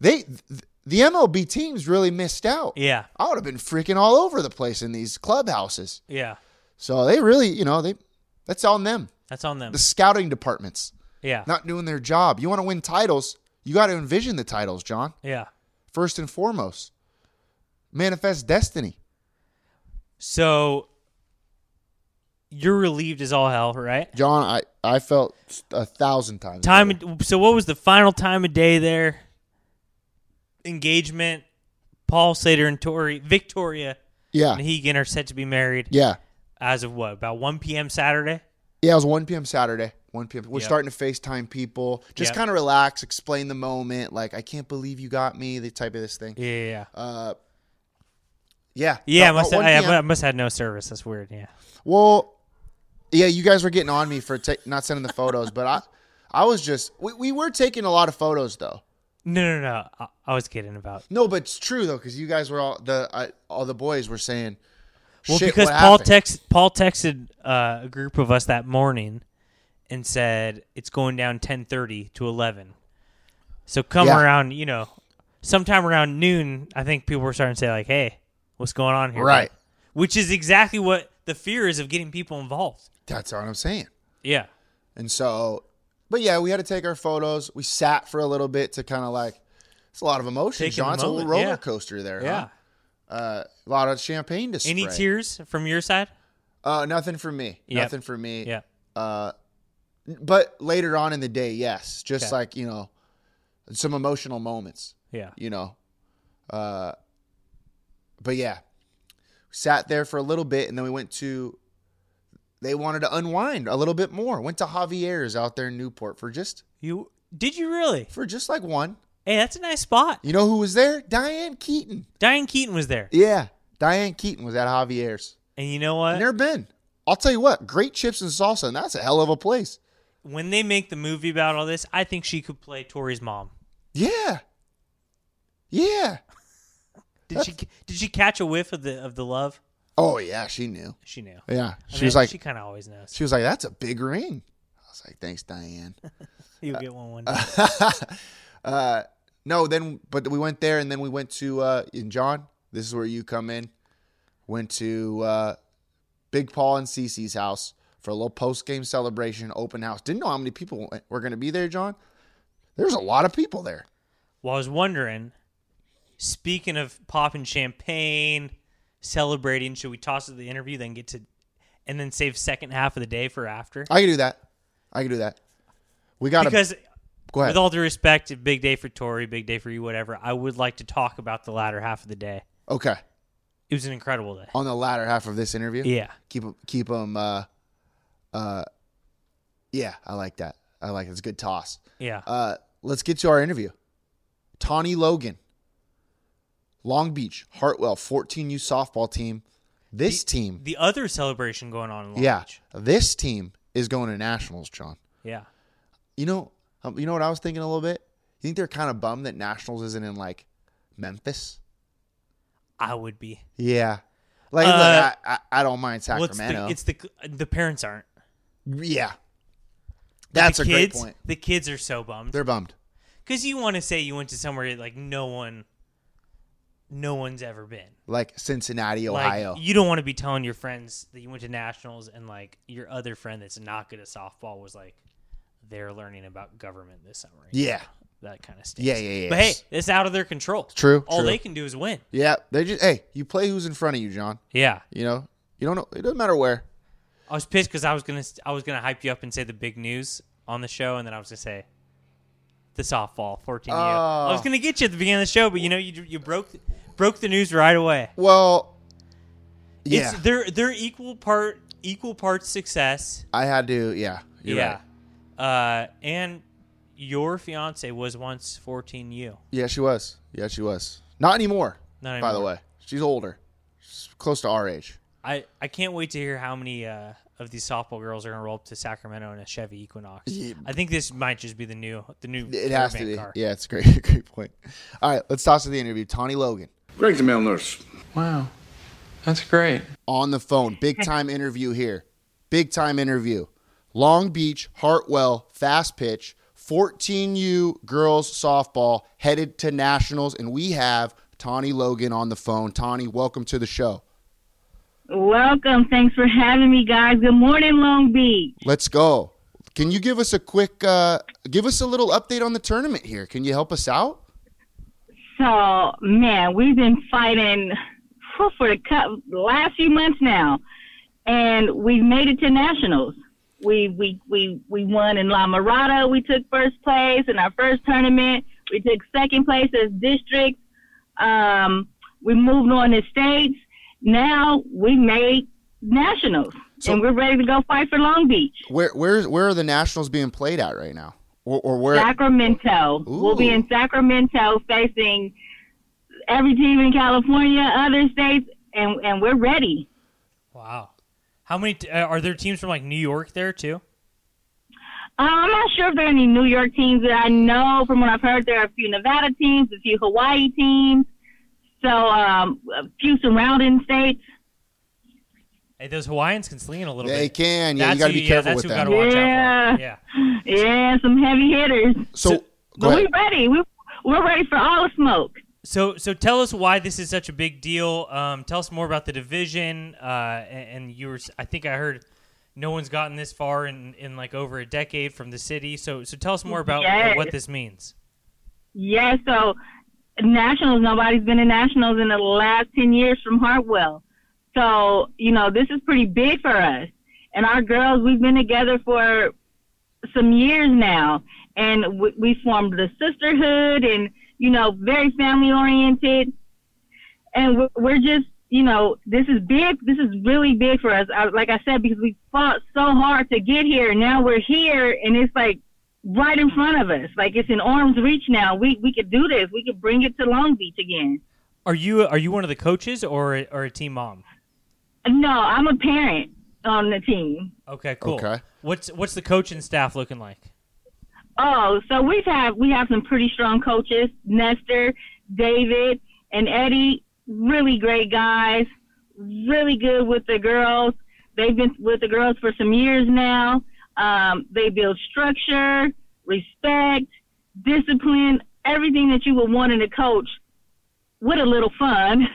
They th- the MLB teams really missed out.
Yeah.
I would have been freaking all over the place in these clubhouses.
Yeah.
So they really, you know, they that's on them.
That's on them.
The scouting departments
Yeah.
not doing their job. You want to win titles, you got to envision the titles, John.
Yeah.
First and foremost. Manifest destiny.
So you're relieved as all hell, right?
John, I I felt a thousand times.
Time.
better.
of- So what was the final time of day there? Engagement. Paul Slater and Tori Victoria
Yeah.
and Hegan are set to be married
Yeah.
as of what about 1 p.m. Saturday?
Yeah, it was 1 p.m. Saturday. 1 p.m. We're
Yep.
starting to FaceTime people. Just
Yep.
kind of relax, explain the moment. Like, I can't believe you got me, the type of this thing.
Yeah.
Uh, Yeah.
Yeah, I
Uh, About-
must,
about
I,
1
I
p.m.
must have had no service. That's weird. Yeah.
Well, yeah, you guys were getting on me for ta- not sending the photos, but I, I was just we, we were taking a lot of photos though.
No, no, no. I, I was kidding about.
No, but it's true though because you guys were all the I, all the boys were saying.
Well,
Shit,
because
what
Paul
happened?
text Paul texted uh, a group of us that morning and said it's going down ten thirty to eleven. So come
Yeah.
around, you know, sometime around noon, I think people were starting to say like, "Hey, what's going on here?"
Right.
bud?" Which is exactly what the fear is of getting people involved.
That's what I'm saying.
Yeah.
And so, but yeah, we had to take our photos. We sat for a little bit to kind of like, it's a lot of emotion,
Take a
John. It's a little
moment,
roller
yeah.
coaster there.
Yeah.
huh? A lot of champagne to
Any
spray.
tears from your side?
Uh, nothing for me.
Yep.
Nothing for me.
Yeah.
But later on in the day, yes, just
Okay.
like you know, some emotional moments.
Yeah.
You know, uh, but yeah, sat there for a little bit, and then we went to. They wanted to unwind a little bit more. Went to Javier's out there in Newport for just
You did you really?
for just like one.
Hey, that's a nice spot.
You know who was there? Diane Keaton.
Diane Keaton was there,
Yeah, Diane Keaton was at Javier's.
and you know what?
I've never been. I'll tell you what, great chips and salsa, and that's a hell of a place.
when they make the movie about all this, I think she could play Tori's mom.
Yeah, yeah.
Did she did she catch a whiff of the of the love?
Oh yeah, she knew.
She knew.
Yeah,
I
she
mean,
was like,
she kind of always knows.
she was like, that's a big ring. I was like, thanks, Diane. uh,
You'll get one one day.
No, then but we went there, and then we went to uh, in John. This is where you come in. Went to uh, Big Paul and Cece's house for a little post game celebration, open house. Didn't know how many people went- were going to be there, John. There's a lot of people there.
well, I was wondering. Speaking of popping champagne, celebrating, should we toss it to the interview, then get to, and then save second half of the day for after?
I can do that. I can do that. We got to
Because
go ahead.
with all due respect, big day for Tori, big day for you, whatever. I would like to talk about the latter half of the day.
okay,
It was an incredible day.
on the latter half of this interview.
Yeah.
keep them keep them uh uh yeah i like that i like it. it's a good toss
Yeah.
uh let's get to our interview tawny logan long beach hartwell 14u softball team this team
the other celebration going on in Long
yeah
Beach.
this team is going to nationals john
Yeah.
you know um, you know what i was thinking a little bit you think they're kind of bummed that nationals isn't in like memphis
I would be.
yeah like look,
Uh,
I, I, I don't mind
Well, it's
sacramento
the, it's the the parents aren't.
yeah that's
the
a great
kids,
point
The kids are so bummed
they're bummed
because you want to say you went to somewhere like no one, no one's ever been.
like Cincinnati,
Like,
Ohio.
you don't want to be telling your friends that you went to nationals and like your other friend that's not good at softball was like, they're learning about government this summer.
yeah.
that kind of stuff.
Yeah, yeah, yeah.
But hey, it's out of their control.
True,
All
true.
they can do is win.
Yeah, they just hey, you play who's in front of you, John.
Yeah.
You know, you don't know. It doesn't matter where.
I was pissed because I was gonna I was gonna hype you up and say the big news on the show, and then I was gonna say the softball fourteen. U. I was
Oh.
gonna get you at the beginning of the show, but you know you you broke broke the news right away.
Well, yeah,
it's, they're they're equal part equal parts success.
I had to. Yeah, you're
yeah,
right.
uh, and your fiance was once fourteen. U.
Yeah, she was. Yeah, she was. Not anymore.
Not
By the
anymore.
way, she's older. She's close to our age.
I I can't wait to hear how many uh, of these softball girls are gonna roll up to Sacramento in a Chevy Equinox.
Yeah.
I think this might just be the new the new
It has to
caravan
be.
car.
Yeah, it's a great, great point. All right, let's toss to the interview. Tawny Logan
Greg's a male nurse.
Wow. That's great.
on the phone. Big time interview here. Big time interview. Long Beach, Hartwell, fast pitch, 14U girls softball headed to nationals, and we have Tawny Logan on the phone. Tawny, welcome to the show.
Welcome. Thanks for having me, guys. Good morning, Long Beach.
Let's go. Can you give us a quick, uh, give us a little update on the tournament here? Can you help us out?
So, man, we've been fighting whew, for the cou- last few months now, and we've made it to nationals. We we we we won in La Mirada. We took first place in our first tournament. We took second place as districts. Um, we moved on to states. Now we made nationals,
So-
and we're ready to go fight for Long Beach.
Where, where, where are the nationals being played at right now? Or, or where?
Sacramento. We'll be in Sacramento facing every team in California, other states, and and we're ready.
Wow. How many t- uh, are there teams from like New York there too?
Uh, I'm not sure if there are any New York teams that I know. From what I've heard, there are a few Nevada teams, a few Hawaii teams, so um, a few surrounding states.
Hey, those Hawaiians can sling it a little
They
bit.
can. Yeah,
that's
you got to
who-
be careful
yeah, that's
with
who
that.
Gotta watch Out for.
Yeah.
Yeah.
Yeah, some heavy hitters.
so, go
But we're
ahead.
ready. We we're ready for all the smoke.
So, so tell us why this is such a big deal. Um, tell us more about the division. Uh, and, and you were, I think I heard, no one's gotten this far in, in like over a decade from the city. So, so tell us more about uh,
Yes.
what this means.
Yeah, so nationals, nobody's been in nationals in the last 10 years from Hartwell. So, you know, this is pretty big for us. And our girls, we've been together for some years now. And we, we formed the sisterhood and, you know, very family oriented. And we're, we're just, you know, this is big. This is really big for us. I, like I said, because we fought so hard to get here. Now we're here, and it's like, right in front of us. Like it's in arm's reach now. We we could do this. We could bring it to Long Beach again.
Are you are you one of the coaches or or a team mom?
No, I'm a parent on the team.
Okay, cool.
Okay.
What's what's the coaching staff looking like?
Oh, so we've had we have some pretty strong coaches. Nestor, David, and Eddie, really great guys. Really good with the girls. They've been with the girls for some years now. Um, they build structure, respect, discipline, everything that you would want in a coach. What a little fun.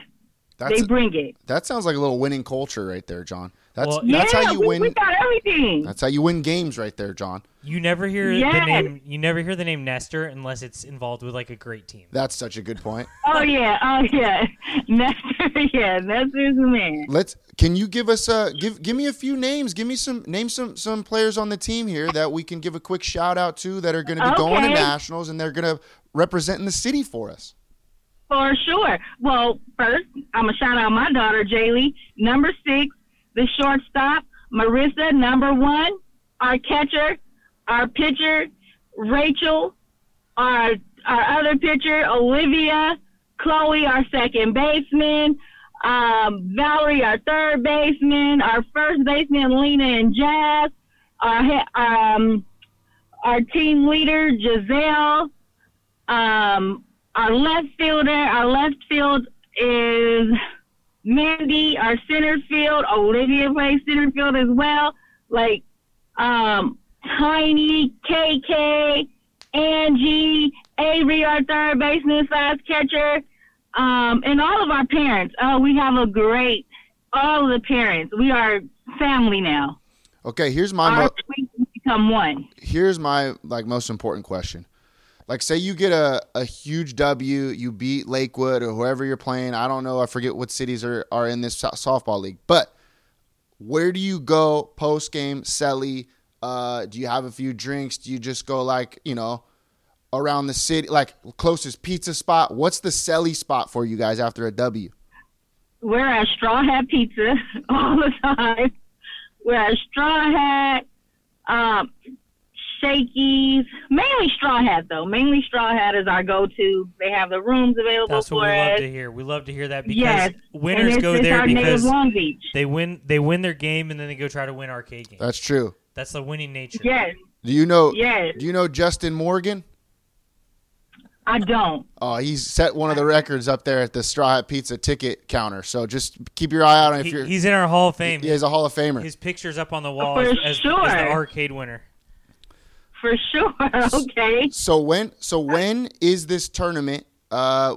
That's
they bring it.
that sounds like a little winning culture right there, John. That's
Well-
that's
yeah,
how you
we,
win.
We got everything.
that's how you win games right there, John.
You never hear the
Yes.
name you never hear the name Nestor unless it's involved with like a great team.
That's such a good point.
Oh yeah, oh yeah. Nestor, yeah, Nestor's the man.
Let's. Can you give us a give? Give me a few names. Give me some name some some players on the team here that we can give a quick shout out to that are going to be going to
Okay.
nationals and they're going to represent in the city for us.
For sure. Well, first, I'm going to shout out my daughter, Jaylee, number six, the shortstop, Marissa, number one, our catcher, our pitcher, Rachel, our, our other pitcher, Olivia, Chloe, our second baseman, um, Valerie, our third baseman, our first baseman, Lena and Jazz, our, he- um, our team leader, Giselle, um, our left fielder, our left field is Mandy, our center field, Olivia plays center field as well. Like, um, Tiny, KK, Angie, Avery, our third baseman slash catcher, um, and all of our parents. Oh, we have a great, all of the parents. We are family now.
Okay, here's my
Our,
mo-
we become one.
here's my like most important question. Like say you get a, a huge W, you beat Lakewood or whoever you're playing. I don't know, I forget what cities are, are in this so- softball league. But where do you go post game, Selly? Uh, do you have a few drinks? Do you just go like, you know, around the city like closest pizza spot? What's the Selly spot for you guys after a W?
we're at Straw Hat Pizza all the time. We're at Straw Hat, um, Shakey's, mainly Straw Hat though. Mainly Straw Hat is our go-to. They have the rooms available
That's
for
what we love
us.
to hear. We love to hear that because
yes, and
winners
it's,
go
it's
there
our native
because
Long Beach.
they win they win their game and then they go try to win arcade games.
That's true.
That's the winning nature.
Yes,
Do you know
Yes.
do you know Justin Morgan?
I don't.
Oh, he's set one of the records up there at the Straw Hat Pizza ticket counter. So just keep your eye out if
He-
you're.
he's in our Hall of Fame.
yeah, he's a Hall of Famer.
His picture's up on the wall
For
as, as- as the
sure.
arcade winner.
For sure. Okay.
so when so when is this tournament? Uh,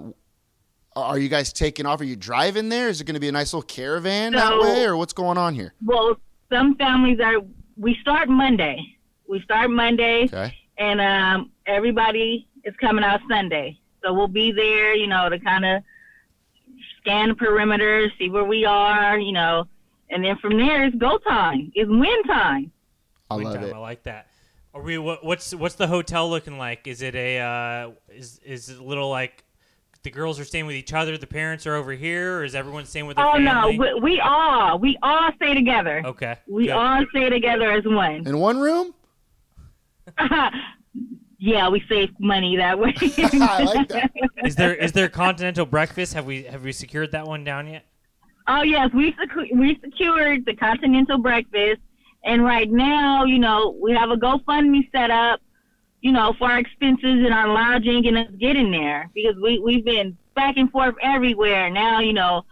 are you guys taking off? Are you driving there? Is it going to be a nice little caravan that
No.
way, or what's going on here?
Well, some families are. We start Monday. We start Monday.
Okay,
and um, everybody is coming out Sunday. So we'll be there, you know, to kind of scan the perimeter, see where we are, you know, and then from there it's go time, it's win time.
I
Win
love
time.
it.
I like that. Are we? What, what's what's the hotel looking like? Is it a uh, is is it a little like the girls are staying with each other, the parents are over here, or is everyone staying with their
oh
family?
no, we, we all we all stay together.
okay,
We
good.
all stay together as one.
In one room,
yeah, we save money that way.
I like that.
Is there is there continental breakfast? Have we have we secured that one down yet?
Oh yes, we secu- we secured the continental breakfast, and right now, you know, we have a GoFundMe set up, you know, for our expenses and our lodging and us getting there because we we've been back and forth everywhere. Now, you know,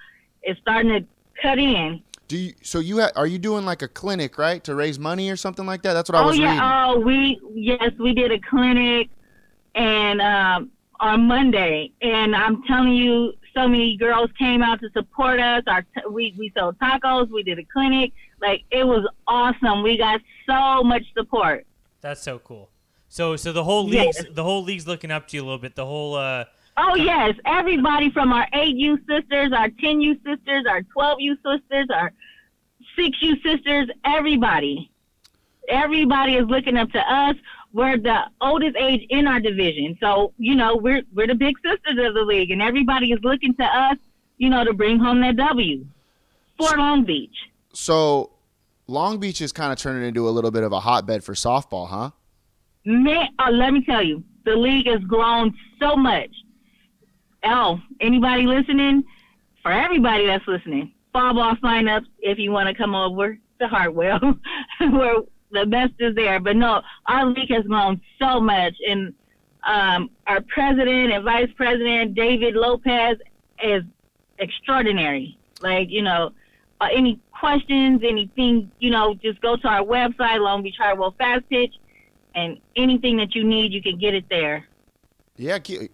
it's starting to cut in.
Do you, so you ha- are you doing like a clinic right to raise money or something like that? That's what I
oh
was
yeah,
reading.
oh we yes we did a clinic, and um, on Monday, and I'm telling you, so many girls came out to support us. Our t- we we sold tacos, we did a clinic, like it was awesome. We got so much support.
That's so cool. So so the whole
Yeah.
league's the whole league's looking up to you a little bit. The whole uh
Oh yes, everybody from our eight U sisters, our ten U sisters, our twelve U sisters, our six U sisters, everybody. Everybody is looking up to us. We're the oldest age in our division. So, you know, we're we're the big sisters of the league and everybody is looking to us, you know, to bring home that W for Long Beach.
So Long Beach is kind of turning into a little bit of a hotbed for softball, huh?
Man, oh, let me tell you, the league has grown so much. Oh, anybody listening? For everybody that's listening, fall ball sign up if you want to come over to Hartwell, where the best is there. But no, our league has grown so much, and um, our president and vice president David Lopez is extraordinary. Like you know, uh, any questions, anything, you know, just go to our website, Long Beach Hartwell Fast Pitch and anything that you need, you can get it there.
Yeah, keep,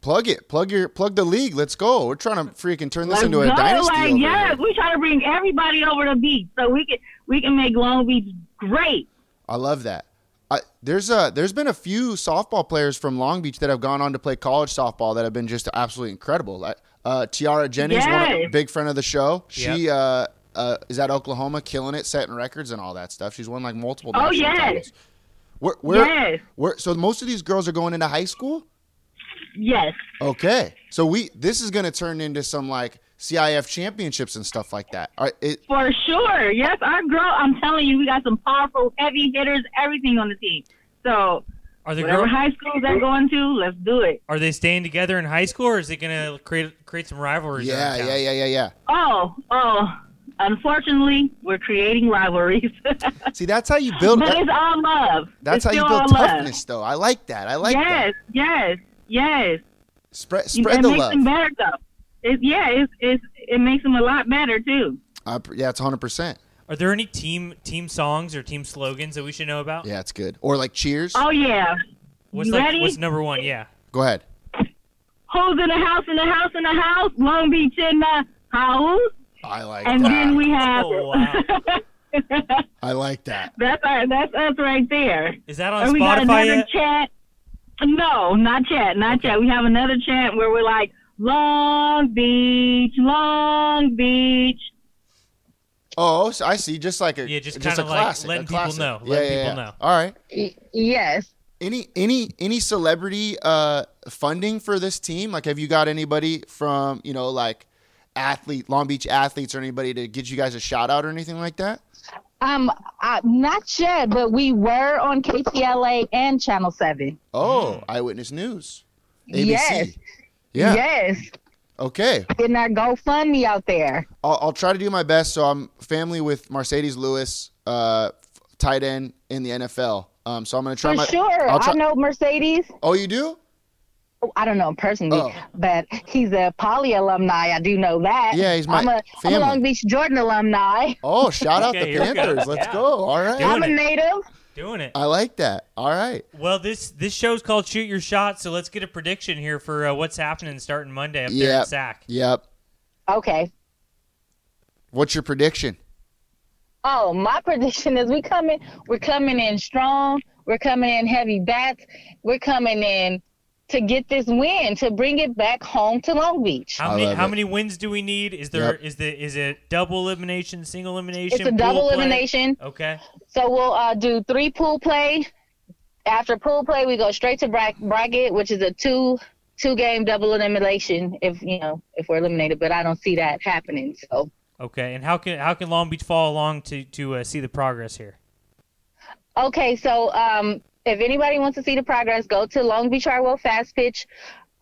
plug it, plug your, plug the league. Let's go. We're trying to freaking turn this
Like,
into a
go,
dynasty.
like,
over
yes,
here.
we try to bring everybody over to beach so we can we can make Long Beach great.
I love that. I, there's a there's been a few softball players from Long Beach that have gone on to play college softball that have been just absolutely incredible. Like uh, Tiara Jennings, one
Yes.
of, big friend of the show. She uh, uh, is at Oklahoma, killing it, setting records and all that stuff. She's won like multiple.
Oh,
national
yes.
titles. Where, where,
Yes.
where, so most of these girls are going into high school.
Yes,
Okay, so we this is going to turn into some like CIF championships and stuff like that. All right, it,
for sure. Yes, our girl. I'm telling you, we got some powerful heavy hitters, everything on the team. So
are the
whatever
girl,
high school they're going to, let's do it.
are they staying together in high school or is it gonna create create some rivalries?
yeah,
around town?
yeah, yeah, yeah, yeah.
Oh, oh. Unfortunately, we're creating rivalries, but
See, that's how you build.
it's all love.
That's
It's
how you
still
build
all love.
toughness, though. I like that. I like that.
Yes, yes, yes.
Spread
You know,
spread
it
the
makes
love.
them better though. It, yeah, it's, it's it makes them a lot better too.
I pr- yeah, it's hundred percent.
Are there any team team songs or team slogans that we should know about?
Yeah, it's good. Or like cheers.
Oh yeah.
What's
you
like
ready?
what's number one? Yeah.
Go ahead.
Hoes in the house, in the house, in the house. Long Beach in the house,
I like
and
that.
then we have.
Oh wow.
I like that.
that's our, that's us right there.
Is that on
And we got
Spotify
another
yet?
chat. No, not chat, not chat. We have another chat where we're like Long Beach, Long Beach.
Oh, so I see. Just like a
Yeah, just
a
kinda like
classic,
letting
a
people
classic.
know,
Yeah,
letting
yeah,
people
yeah.
know.
All right.
Y- yes.
Any any any celebrity uh funding for this team? Like, have you got anybody from you know like athlete Long Beach athletes or anybody to get you guys a shout out or anything like that?
Um, uh, not yet, but we were on KTLA and Channel Seven.
Hmm.
Oh, Eyewitness News, ABC.
Yes.
Yeah.
Yes,
Okay.
getting our GoFundMe out there.
I'll, I'll try to do my best. So I'm family with Mercedes Lewis, uh, f- tight end in the NFL. Um, so I'm gonna try
For
my.
sure,
I'll try-
I know Mercedes.
Oh, you do?
Oh, I don't know him personally,
Oh.
but he's a Poly alumni. I do know that.
Yeah, he's my
I'm a, I'm
family.
a Long Beach Jordan alumni.
Oh, shout out the
Okay, here we go.
Panthers. Let's
Yeah.
go. All right.
Yeah.
I'm a
it.
native.
Doing it.
I like that. All right.
Well, this this show's called Shoot Your Shot, so let's get a prediction here for uh, what's happening starting Monday up there
Yep.
at SAC.
Yep.
Okay.
What's your prediction?
Oh, my prediction is we coming. We're coming in strong. We're coming in heavy bats. We're coming in to get this win to bring it back home to Long Beach.
How
I
many
love
how
it.
many wins do we need? Is there
Yep.
is the is it double elimination, single elimination?
It's a
pool
double
play?
elimination.
Okay.
So we'll uh, do three pool play. After pool play, we go straight to bra- bracket, which is a two two game double elimination. If you know if we're eliminated, but I don't see that happening. So
Okay. And how can how can Long Beach follow along to to uh, see the progress here?
okay, so um, if anybody wants to see the progress, go to Long Beach Hardwell Fast Pitch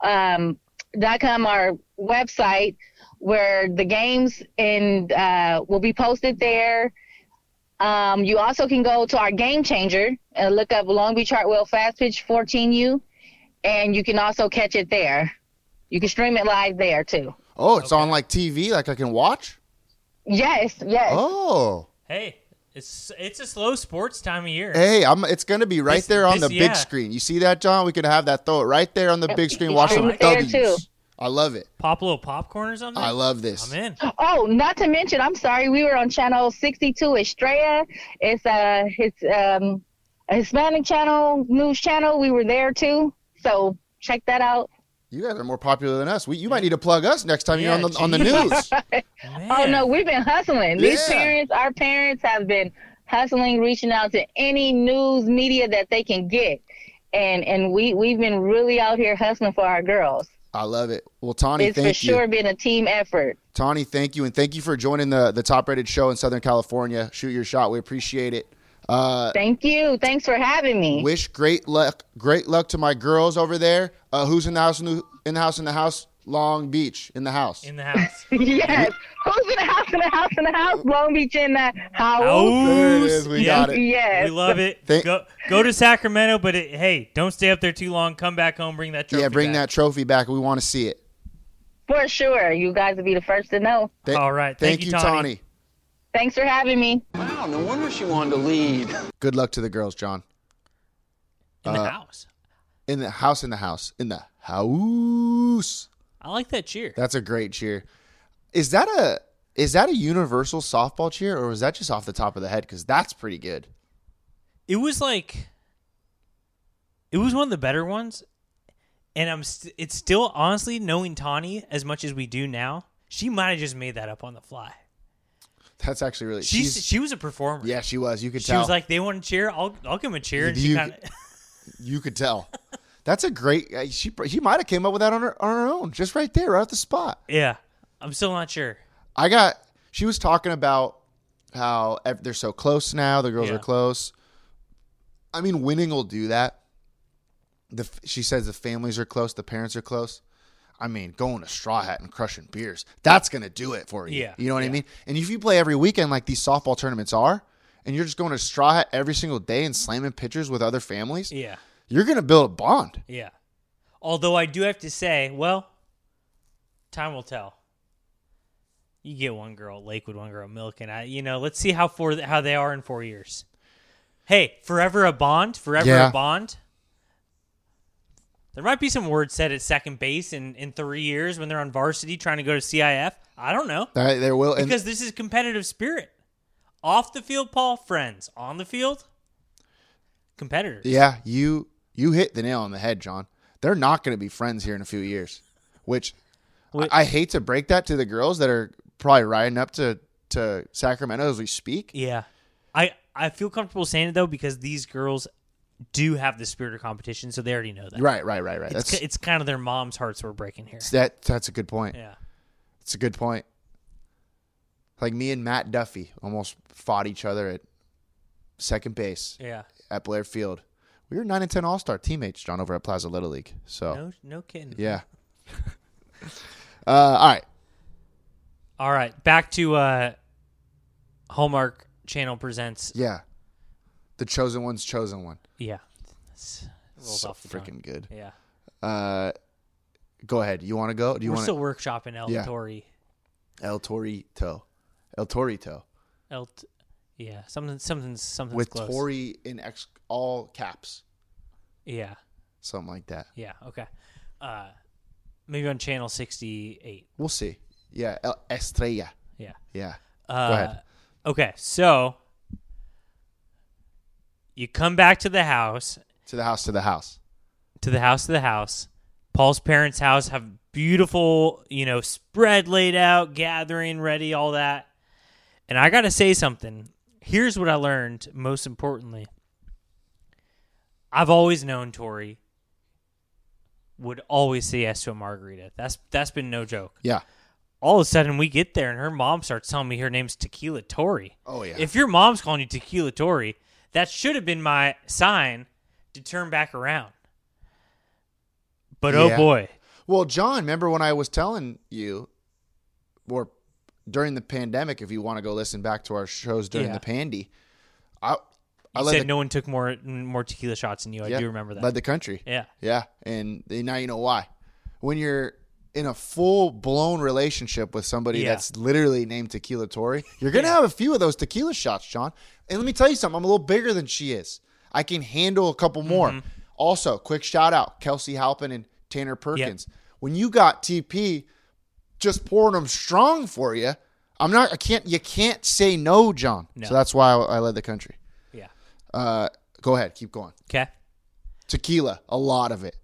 um, dot com our website. where the games and uh, will be posted there. Um, you also can go to our game changer and look up Long Beach Hartwell Fast Pitch 14U, and you can also catch it there. You can stream it live there too.
Oh, it's on like TV, like I can watch.
Yes, yes.
Oh,
Hey, it's it's a slow sports time of year.
hey, I'm. It's gonna be right
This-
there on
this-
the
yeah.
big screen. You see that, John? We can have that throw it right there on the big screen. Watch
Stream
some
it there, too.
W's. I love it.
Pop a little popcorn or something.
I love this.
I'm in.
Oh, not to mention, I'm sorry, we were on channel 62 Estrella. It's uh, it's um, a Hispanic channel, news channel. We were there too, so check that out.
You guys are more popular than us. We, you might need to plug us next time you're
Yeah,
on the on the
geez.
news.
Oh no, we've been hustling. These
Yeah.
parents, our parents, have been hustling, reaching out to any news media that they can get, and and we we've been really out here hustling for our girls.
I love it. Well, Tawny,
it's
thank
for
you.
sure been a team effort.
Tawny, thank you, and thank you for joining the the top rated show in Southern California. Shoot your shot. We appreciate it. Uh,
Thank you. Thanks for having
Mm-hmm.
me.
wish great luck, great luck to my girls over there. Uh, who's in the house? In the house? In the house? Long Beach in the house.
In the house.
yes. Who's in the house? In the house? In the house? Long Beach in the house.
There it is. We
Yeah.
got it.
Oh. Yes.
We love it.
Thank-
go go to Sacramento, but it, hey, don't stay up there too long. Come back home. Bring that trophy.
yeah, bring
back.
that trophy back. We want to see it.
For sure. You guys will be the first to know.
Th-
All right.
Thank,
Thank
you,
you,
Tawny.
Tawny.
Thanks for having me.
Wow, no wonder she wanted to leave.
Good luck to the girls, John.
in
uh,
the house.
In the house, in the house, in the house.
I like that cheer.
That's a great cheer. Is that a is that a universal softball cheer, or was that just off the top of the head? Because that's pretty good.
It was like, it was one of the better ones, and I'm. St- it's still honestly knowing Tawny as much as we do now. She might have just made that up on the fly.
That's actually really.
She's,
she's
she was a performer.
yeah, she was. You could
she
tell.
was like, they want to cheer. I'll I'll give them a cheer. And
Do
she
you-
kind of
you could tell. That's a great. uh, She he might have came up with that on her on her own, just right there, right at the spot.
yeah. I'm still not sure.
I got. She was talking about how ev- they're so close now. The girls
Yeah.
are close. I mean, winning will do that. The f- she says the families are close, the parents are close. I mean, going to Straw Hat and crushing beers, that's gonna do it for you.
Yeah,
you know what I mean. And if you play every weekend like these softball tournaments are, and you're just going to Straw Hat every single day and slamming pitchers with other families,
Yeah.
you're gonna build a bond.
Yeah. Although I do have to say, well, time will tell. You get one girl, Lakewood, one girl, Milk, and I. You know, let's see how four how they are in four years. Hey, forever a bond, forever
Yeah.
a bond. There might be some words said at second base in, in three years when they're on varsity trying to go to CIF. I don't know
There, there will and
because this is competitive spirit. Off the field, Paul, friends. On the field, competitors.
Yeah, you you hit the nail on the head, John. They're not going to be friends here in a few years, which I-
Wait.
I, hate to break that to the girls that are probably riding up to to Sacramento as we speak.
Yeah. I I feel comfortable saying it though because these girls do have the spirit of competition, so they already know that.
Right, right, right, right.
It's,
That's
ki- it's kind of their mom's hearts we're breaking here.
that. That's a good point.
Yeah.
It's a good point. Like me and Matt Duffy almost fought each other at second base
Yeah.
at Blair Field. We were nine and ten All Star teammates, John, over at Plaza Little League. So
No no kidding.
Oh. yeah. uh, all right.
All right, back to uh Hallmark Channel presents.
Yeah. The chosen one's chosen one.
Yeah. It's- it rolls
so
off the tongue.
freaking good.
Yeah.
Uh, go ahead. You want to go? Do you
we're
want
still workshopping El
Yeah.
Tori.
El Torito? El Torito
El T- Yeah, something something's something's
with
close.
Tori in ex- all caps,
Yeah.
something like that.
Yeah, okay. Uh maybe on channel 68.
We'll see. Yeah, El Estrella.
Yeah.
Yeah.
Uh,
ahead.
Okay, so you come back to the house,
To the house. To the house.
to the house, to the house. Paul's parents' house have beautiful, you know, spread laid out, gathering ready, all that. And I got to say something. Here's what I learned most importantly. I've always known Tori would always say yes to a margarita. That's that's been no joke
Yeah.
all of a sudden we get there and her mom starts telling me her name's Tequila Tori.
Oh, yeah.
If your mom's calling you Tequila Tori, that should have been my sign to turn back around. But oh
Yeah.
boy.
Well, John, remember when I was telling you or during the pandemic, if you want to go listen back to our shows during
Yeah.
the pandy, I I
You
led
said
the,
no one took more more tequila shots than you. I do remember that.
led the country.
Yeah.
yeah, and they- now you know why. When you're in a full blown relationship with somebody
Yeah.
that's literally named Tequila Tori, you're gonna have a few of those tequila shots, Sean. And let me tell you something, I'm a little bigger than she is. I can handle a couple more.
Mm-hmm.
Also, quick shout out Kelsey Halpin and Tanner Perkins. When you got TP just pouring them strong for you, I'm not. I can't. You can't say no, John. So that's why I, I led the country.
Yeah.
Uh, go ahead. Keep going.
Okay.
Tequila, a lot of it.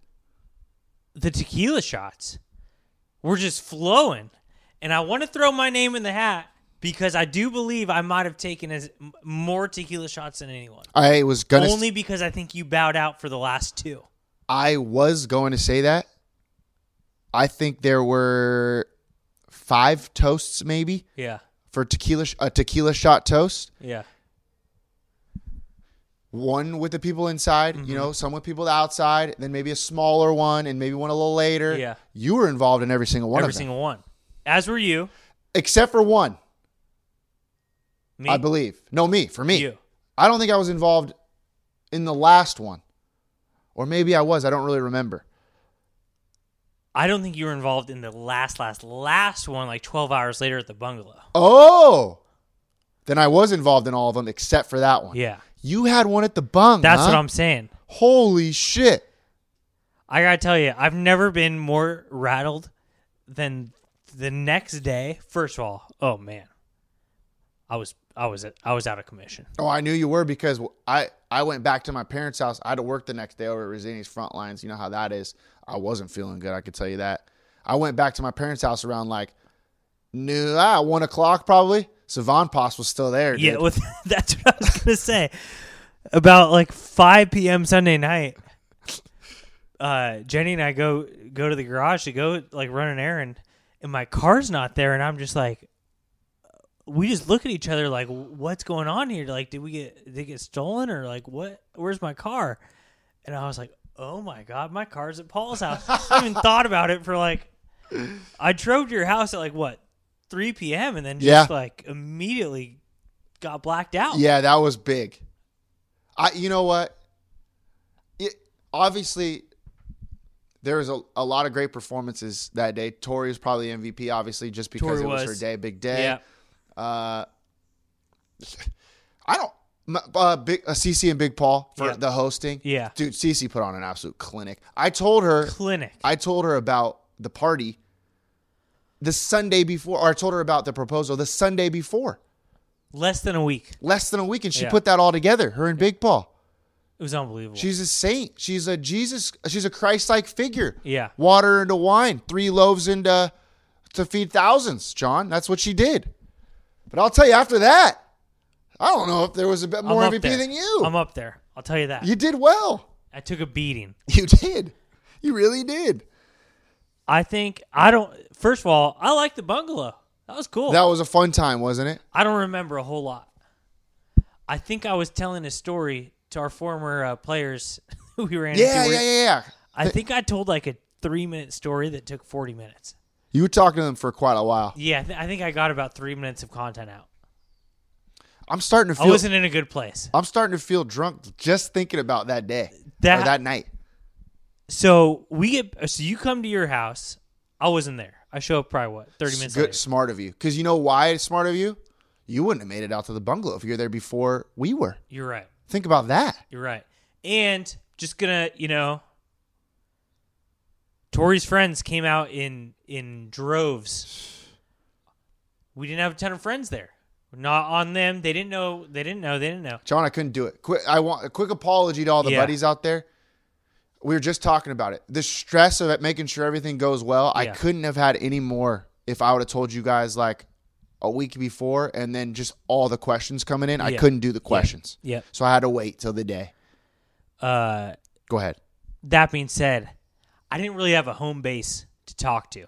the tequila shots were just flowing. And I want to throw my name in the hat because I do believe I might have taken as m- more tequila shots than anyone.
I was gonna.
Only because I think you bowed out for the last two.
I was going to say that. I think there were five toasts, maybe
Yeah.
for tequila. sh- A tequila shot toast.
Yeah.
One with the people inside,
Mm-hmm.
you know, some with people outside, then maybe a smaller one, and maybe one a little later.
Yeah.
you were involved in every single one
Every
of them,
single one. As were you.
except for one.
Me.
I believe. No, me for me.
You.
I don't think I was involved in the last one, or maybe I was. I don't really remember.
I don't think you were involved in the last, last, last one, like 12 hours later at the bungalow.
Oh, then I was involved in all of them except for that one.
Yeah.
You had one at the bung.
That's
huh?
what I'm saying.
Holy shit!
I gotta tell you, I've never been more rattled than the next day. First of all, oh man, I was I was I was out of commission.
Oh, I knew you were because I I went back to my parents' house. I had to work the next day over at Rosini's front lines. You know how that is. I wasn't feeling good. I could tell you that. I went back to my parents' house around like noon, ah, one o'clock probably. Savant Pos was still there.
Yeah,
dude.
with, that's what I was gonna say. About like 5 p.m. Sunday night, uh, Jenny and I go go to the garage to go like run an errand, and my car's not there, and I'm just like, we just look at each other like, what's going on here? Like, did we get did it get stolen or like what? Where's my car? And I was like, oh my god, my car's at Paul's house. I even thought about it for like, I drove to your house at like what 3 p.m. and then just
Yeah.
like immediately got blacked out.
Yeah, that was big. I you know what? It, obviously there was a, a lot of great performances that day. Tori was probably MVP, obviously, just because
Tori
it was,
was.
her day, big day.
Yeah.
Uh, I don't. m- Uh, big uh, CC and Big Paul for
Yeah.
the hosting.
Yeah.
dude, CC put on an absolute clinic. I told her
Clinic.
I told her about the party the Sunday before, or I told her about the proposal the Sunday before,
Less than a week.
less than a week, and she
Yeah.
put that all together. Her and Big Paul.
It was unbelievable.
She's a saint. She's a Jesus. She's a Christ-like figure.
Yeah.
Water into wine, three loaves into to feed thousands. John, that's what she did. But I'll tell you, after that, I don't know if there was a bit
I'm
more
up
MVP
there.
than you.
I'm up there. I'll tell you that.
you did well.
I took a beating.
You did. You really did.
I think I don't. First of all, I like the bungalow. That was cool.
That was a fun time, wasn't it?
I don't remember a whole lot. I think I was telling a story to our former uh, players who we ran
Yeah,
into.
yeah, yeah, yeah.
I think I told like a three minute story that took forty minutes.
You were talking to them for quite a while.
Yeah, I thi- I think I got about three minutes of content out.
I'm starting to
I
feel.
wasn't in a good place.
I'm starting to feel drunk just thinking about that day or
That-
that night.
So we get. So you come to your house. I wasn't there. I show up probably what thirty minutes.
Good,
later.
smart of you. Because you know why it's smart of you? You wouldn't have made it out to the bungalow if you were there before we were.
You're right.
Think about that.
You're right. And just gonna, you know, Tori's friends came out in in droves. We didn't have a ton of friends there. Not on them. They didn't know. They didn't know. They didn't know.
John, I couldn't do it. Quick, I want a quick apology to all the
Yeah.
buddies out there. We were just talking about it. The stress of it, making sure everything goes well. I
Yeah.
couldn't have had any more if I would have told you guys like a week before, and then just all the questions coming in. I
Yeah.
couldn't do the questions,
Yeah.
so I had to wait till the day.
Uh,
Go ahead.
that being said, I didn't really have a home base to talk to.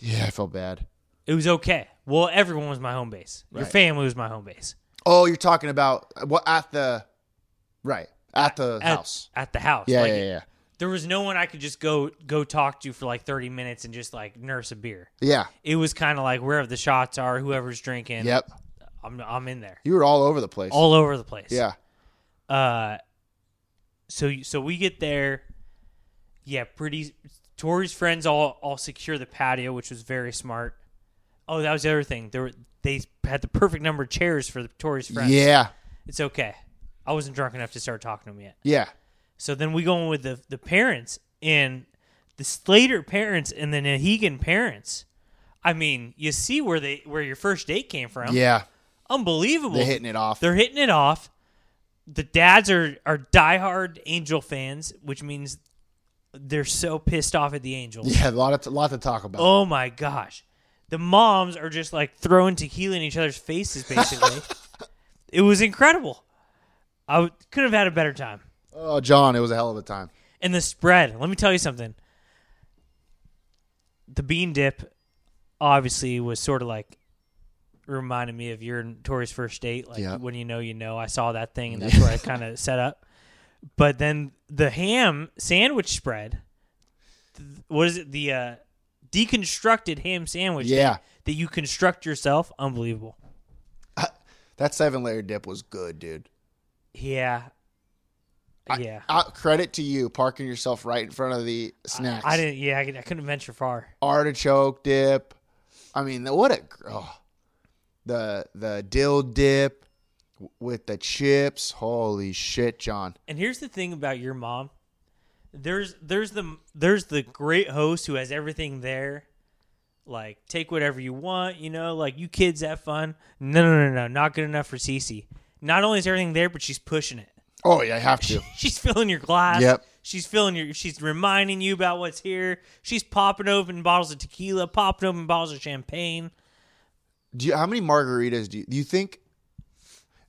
Yeah, I felt bad.
It was okay. Well, everyone was my home base. Your
Right.
family was my home base.
Oh, you're talking about what at the right at the
At-
house?
At the house.
Yeah,
Like,
yeah, yeah.
There was no one I could just go go talk to for like 30 minutes and just like nurse a beer.
Yeah.
It was kind of like wherever the shots are, whoever's drinking.
Yep.
I'm I'm in there.
You were all over the place.
All over the place.
Yeah.
Uh so you- so we get there. Yeah, pretty Tori's friends all all secure the patio, which was very smart. Oh, that was the other thing. There were, they had the perfect number of chairs for the Tori's friends.
Yeah.
It's okay. I wasn't drunk enough to start talking to them yet.
Yeah.
So then we go in with the the parents and the Slater parents and the Nahegan parents. I mean, you see where they where your first date came from.
Yeah.
Unbelievable.
They're hitting it off.
They're hitting it off. The dads are are diehard Angel fans, which means they're so pissed off at the Angels.
Yeah. A lot of lot to talk about.
Oh my gosh. The moms are just like throwing tequila in each other's faces basically. it was incredible. I w- could have had a better time.
Oh, John, it was a hell of a time.
And the spread. Let me tell you something. The bean dip obviously was sort of like reminded me of your and Tori's first date. Like
Yeah.
when you know, you know. I saw that thing and that's where I kind of set up. But then the ham sandwich spread. th- What is it? The uh, deconstructed ham sandwich.
Yeah.
That, that you construct yourself. Unbelievable.
That seven layer dip was good, dude.
Yeah. yeah.
Uh, credit to you parking yourself right in front of the snacks.
I didn't. Yeah, I I couldn't venture far.
artichoke dip. I mean, the- what a oh, the the dill dip w- with the chips. Holy shit, John!
And here's the thing about your mom. There's there's the there's the great host who has everything there. Like take whatever you want, you know, like you kids have fun. No, no, no, no, not good enough for Cece. Not only is everything there, but she's pushing it.
Oh yeah, I have to.
She's filling your glass.
Yep.
She's filling your she's reminding you about what's here. She's popping open bottles of tequila, popping open bottles of champagne.
do you, how many margaritas do you, do you think?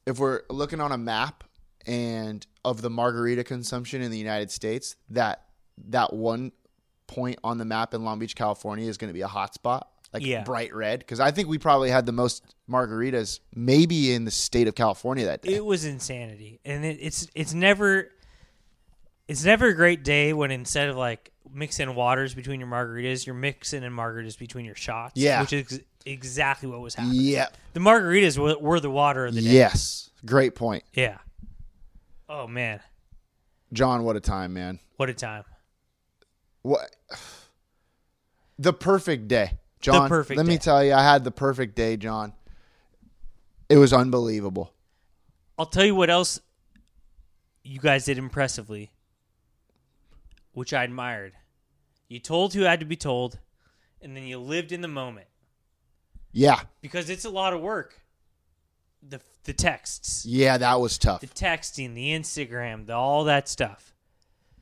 If we're looking on a map and of the margarita consumption in the United States, that that one point on the map in Long Beach, California, is going to be a hot spot, like
Yeah.
bright red, because I think we probably had the most margaritas, maybe in the state of California that day.
It was insanity, and it, it's it's never it's never a great day when instead of like mixing waters between your margaritas, you're mixing in margaritas between your shots.
Yeah.
which is exactly what was happening.
yep.
The margaritas were, were the water of the day.
Yes. Great point.
Yeah. Oh man,
John, what a time, man.
what a time!
What the perfect day. John,
perfect
let me
day.
tell you, I had the perfect day, John. It was unbelievable.
I'll tell you what else you guys did impressively, which I admired. You told who had to be told, and then you lived in the moment.
Yeah.
because it's a lot of work. The the texts,
Yeah, that was tough.
the texting, the Instagram, the, all that stuff.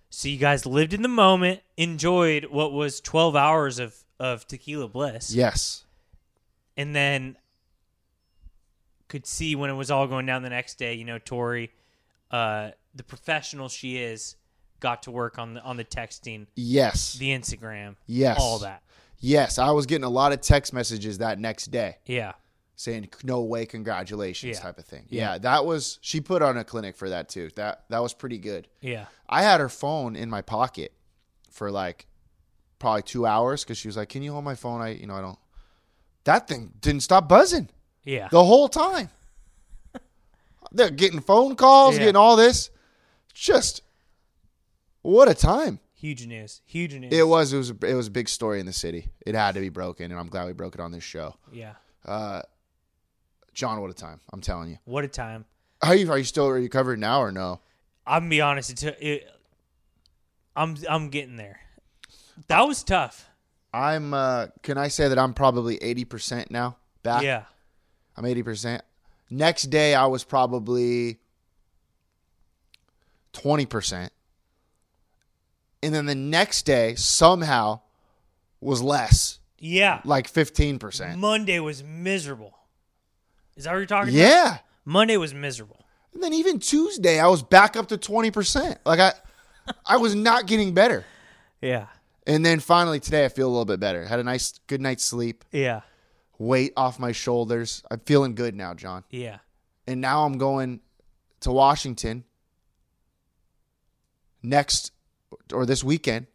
So you guys lived in the moment, enjoyed what was twelve hours of of tequila bliss,
Yes.
and then could see when it was all going down the next day. You know, Tori, uh, the professional she is, got to work on the on the texting,
Yes.
the Instagram,
Yes.
all that.
Yes. I was getting a lot of text messages that next day
Yeah,
saying, No way, congratulations,
Yeah.
type of thing. Yeah. that was she put on a clinic for that too. That that was pretty good.
yeah,
I had her phone in my pocket for like probably two hours because she was like, "Can you hold my phone?" I, you know, I don't. That thing didn't stop buzzing
yeah.
the whole time. They're getting phone calls,
Yeah.
getting all this. Just what a time
Huge news, huge news.
it was. It was. It was a big story in the city. It had to be broken, and I'm glad we broke it on this show.
yeah.
Uh, John, what a time! I'm telling you.
What a time.
Are you are you still recovered now or no?
I'm gonna be honest. It, took- it, I'm I'm getting there. That was tough.
I'm. Uh, can I say that I'm probably eighty percent now? Back.
yeah,
I'm 80%. Next day, I was probably 20%. And then the next day, somehow, was less,
yeah.
like 15%.
Monday was miserable. Is that what you're talking about?
Yeah.
Monday was miserable.
And then even Tuesday, I was back up to 20%. Like, I, I was not getting better.
Yeah,
And then finally today, I feel a little bit better. Had a nice, good night's sleep,
yeah,
weight off my shoulders. I'm feeling good now, John.
yeah.
and now I'm going to Washington next or this weekend,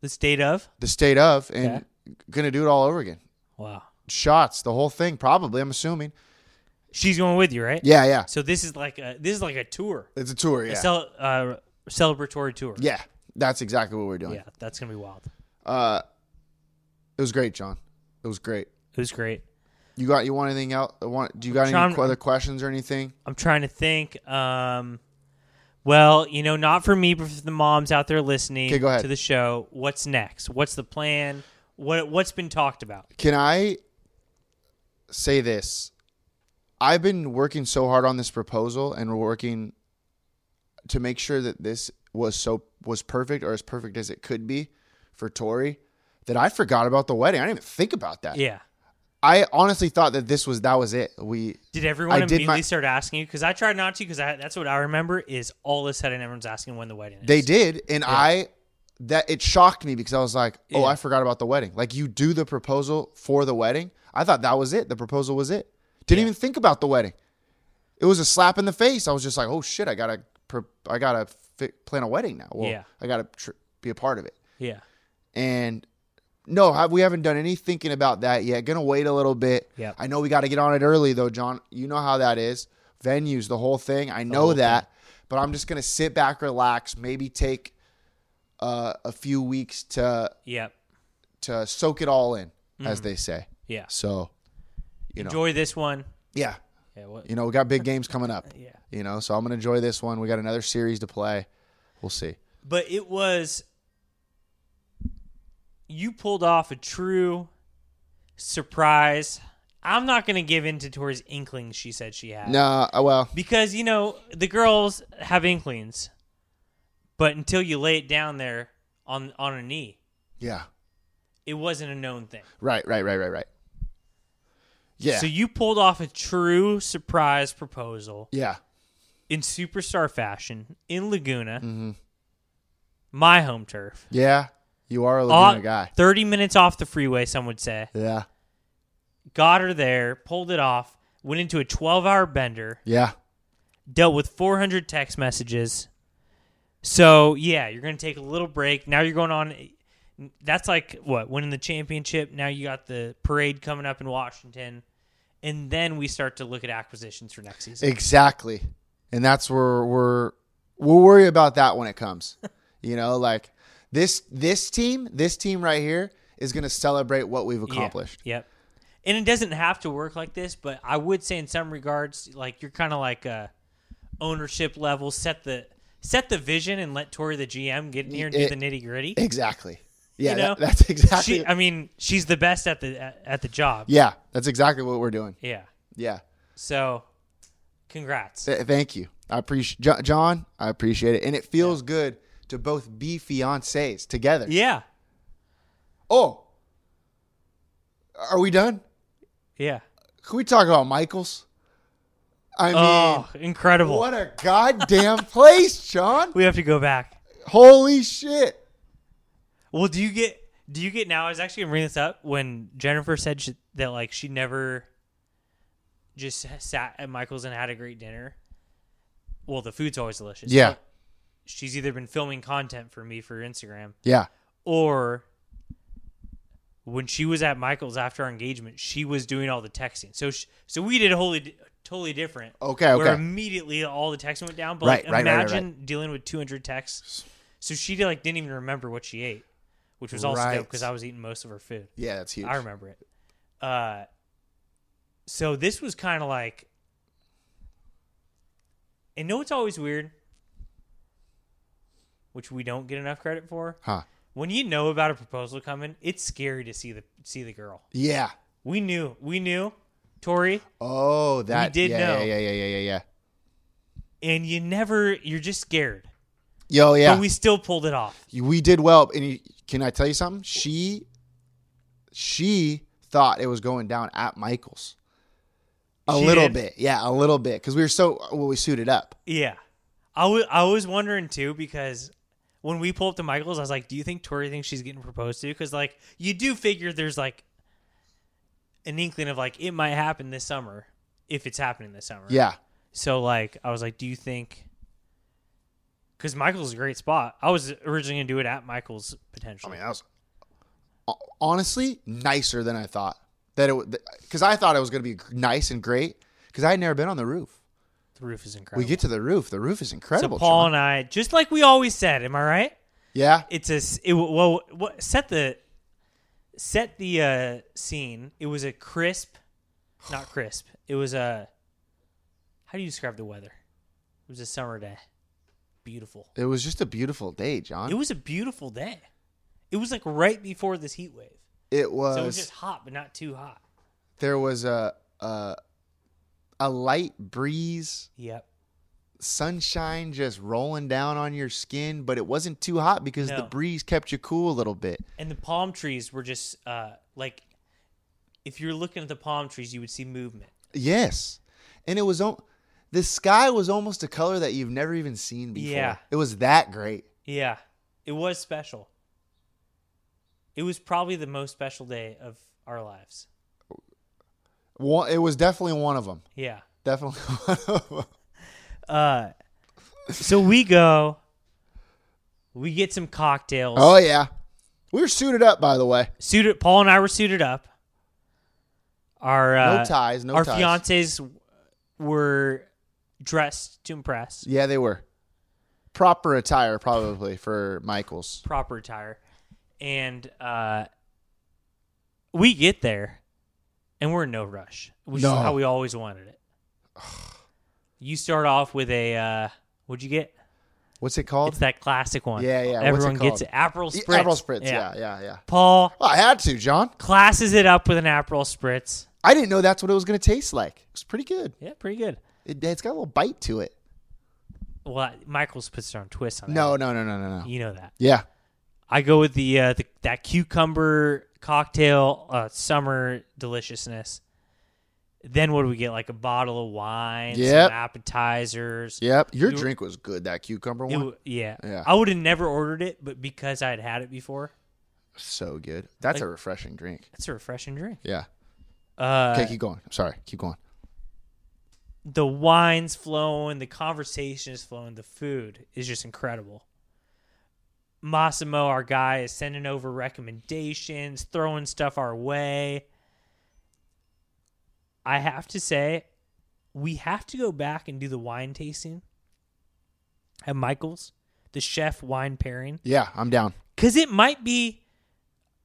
the state of
the state of, and gonna do it all over again.
wow.
Shots, the whole thing, probably. I'm assuming.
She's going with you, right?
Yeah, yeah.
So this is like a this is like a tour,
It's a tour, yeah.
a cel- uh, celebratory tour.
yeah, that's exactly what we're doing.
yeah, that's gonna be wild.
Uh, it was great, John. It was great.
It was great.
You got you want anything else? Want do you got
John-
any qu- other questions or anything?
I'm trying to think. Um, well, you know, not for me, but for the moms out there listening
'Kay, go ahead.
to the show. What's next? What's the plan? What what's been talked about?
Can I say this? I've been working so hard on this proposal and working to make sure that this was so was perfect or as perfect as it could be for Tori that I forgot about the wedding. I didn't even think about that.
Yeah.
I honestly thought that this was that was it. We
Did everyone
I did
immediately
my-
start asking you? Because I tried not to. Because that's what I remember is all of a sudden everyone's asking when the wedding is.
They did, and I that it shocked me because I was like, "Oh,
Yeah.
I forgot about the wedding." Like you do the proposal for the wedding. I thought that was it. The proposal was it. Didn't even think about the wedding. It was a slap in the face. I was just like, "Oh shit, I gotta, pro- I gotta fi- plan a wedding now." Well,
Yeah.
I gotta tr- be a part of it.
Yeah.
And no, have- we haven't done any thinking about that yet. Gonna wait a little bit.
Yep.
I know we got to get on it early though, John. You know how that is. Venues, the whole thing. I know
whole
that, but I'm just gonna sit back, relax, maybe take uh, a few weeks to
Yep.
to soak it all in,
Mm.
as they say.
Yeah.
So, you know,
Enjoy this one.
yeah,
Yeah. What,
you know, we got big games coming up.
Yeah.
You know, so I'm gonna enjoy this one. We got another series to play. We'll see.
but it was you pulled off a true surprise. I'm not going to give in to Tori's inklings she said she had.
Nah, uh, well,
Because, you know, the girls have inklings. But until you lay it down there on on a knee,
yeah,
it wasn't a known thing.
right, right, right, right, right. Yeah,
So you pulled off a true surprise proposal
yeah.
in superstar fashion in Laguna.
Mm-hmm.
My home turf.
Yeah, you are a Laguna
Off-
guy.
30 minutes off the freeway, some would say.
Yeah,
got her there, pulled it off, went into a 12 hour bender,
yeah,
dealt with 400 text messages. So, yeah, you're going to take a little break. Now you're going on. That's like what? Winning the championship. Now you got the parade coming up in Washington. And then we start to look at acquisitions for next season.
exactly. And that's where we're we'll worry about that when it comes. you know, like this this team, this team right here is going to celebrate what we've
Yeah,
accomplished.
Yep. And it doesn't have to work like this, but I would say in some regards, like you're kind of like a ownership level. Set the set the vision and let Tori the GM get in here and do
It-
the nitty gritty.
Exactly. Yeah,
You know?
that- that's exactly.
She, I mean, she's the best at the at, at the job. Yeah.
yeah, that's exactly what we're doing. Yeah.
So, congrats.
Th- thank you. I appreciate Jo- John. I appreciate it, and it feels good to both be fiancés together.
yeah.
Oh, are we done?
Yeah.
Can we talk about Michaels? I mean,
oh, incredible.
What a goddamn place, John!
we have to go back.
Holy shit!
Well, do you get do you get now? I was actually gonna bring this up when Jennifer said she, that like she never just sat at Michael's and had a great dinner. Well, the food's always delicious.
Yeah,
She's either been filming content for me for Instagram
yeah,
or when she was at Michael's after our engagement, she was doing all the texting. So sh so we did wholly di- totally different.
Okay,
Where
okay.
immediately all the texting went down. But
Right,
like,
right, right, right,
imagine dealing with 200 texts. So she did, like didn't even remember what she ate, which was also
Right.
because I was eating most of her food.
yeah. That's huge.
I remember it. Uh, so this was kind of like, I know it's always weird, which we don't get enough credit for
Huh?
when you know about a proposal coming, it's scary to see the see the girl.
Yeah.
We knew, we knew, Tori,
Oh, that.
did
yeah,
know.
Yeah, yeah, yeah, yeah, yeah, yeah.
and you never, you're just scared.
Yo, yeah.
But we still pulled it off.
we-, did well. And you, can I tell you something? She, she thought it was going down at Michaels. A
She
little
did?
bit, yeah, a little bit, because we were so well, we suited up.
Yeah, I wa- I was wondering too because when we pulled up to Michael's, I was like, "Do you think Tori thinks she's getting proposed to?" Because like you do figure there's like an inkling of like it might happen this summer if it's happening this summer.
Yeah,
So like I was like, "Do you think because Michael's a great spot. I was originally gonna do it at Michael's potentially.
I mean, that was honestly nicer than I thought that it because I thought it was going to be nice and great because I had never been on the roof.
the roof is incredible.
We get to the roof. The roof is incredible.
So Paul
John.
and I, just like we always said, am I right?
yeah,
It's a s- it, w- well, what set the set the uh, scene. It was a crisp, not crisp. It was a how do you describe the weather? It was a summer day, beautiful.
it was just a beautiful day, John.
It was a beautiful day. It was like right before this heat wave,
It was,
so it was just hot, but not too hot.
there was a, a a light breeze,
Yep.
sunshine just rolling down on your skin, but it wasn't too hot because the
No.
breeze kept you cool a little bit.
And the palm trees were just uh, like, if you're looking at the palm trees, you would see movement.
Yes, and it was o- the sky was almost a color that you've never even seen before.
Yeah.
it was that great.
Yeah, it was special. It was probably the most special day of our lives.
One, it was definitely one of them.
Yeah.
Definitely one of 'em.
Uh, so we go, we get some cocktails.
Oh yeah, we were suited up by the way.
Suited. Paul and I were suited up. Our uh,
No ties, no
our
ties.
fiancés were dressed to impress.
Yeah, they were proper attire probably for Michaels.
proper attire. And uh, we get there, and we're in no rush, which
No.
is how we always wanted it. you start off with a uh, what'd you get?
What's it called?
It's that classic one.
Yeah, yeah. What's it
Everyone gets it.
called?
Aperol
Yeah,
spritz.
Aperol spritz. Yeah, yeah, yeah.
Paul
Well, I had to, John.
classes it up with an Aperol spritz.
I didn't know that's what it was going to taste like. It's pretty good.
Yeah, pretty good.
It, it's got a little bite to it.
Well, Michael's puts their own twist on
No,
it.
no, no, no, no, no.
you know that.
Yeah,
I go with the, uh, the that cucumber cocktail uh, summer deliciousness. Then what do we get? Like a bottle of wine,
Yep.
some appetizers.
yep. Your
You-
drink was good. That cucumber
It
one,
w- yeah.
Yeah.
I would have never ordered it, but because I had had it before,
so good. That's a refreshing drink.
it's a refreshing drink.
Yeah.
Uh,
Okay, keep going. I'm sorry. Keep going.
The wine's flowing, the conversation is flowing, the food is just incredible. Massimo, our guy, is sending over recommendations, throwing stuff our way. I have to say, we have to go back and do the wine tasting at Michael's, the chef wine pairing.
Yeah, I'm down.
Because it might be,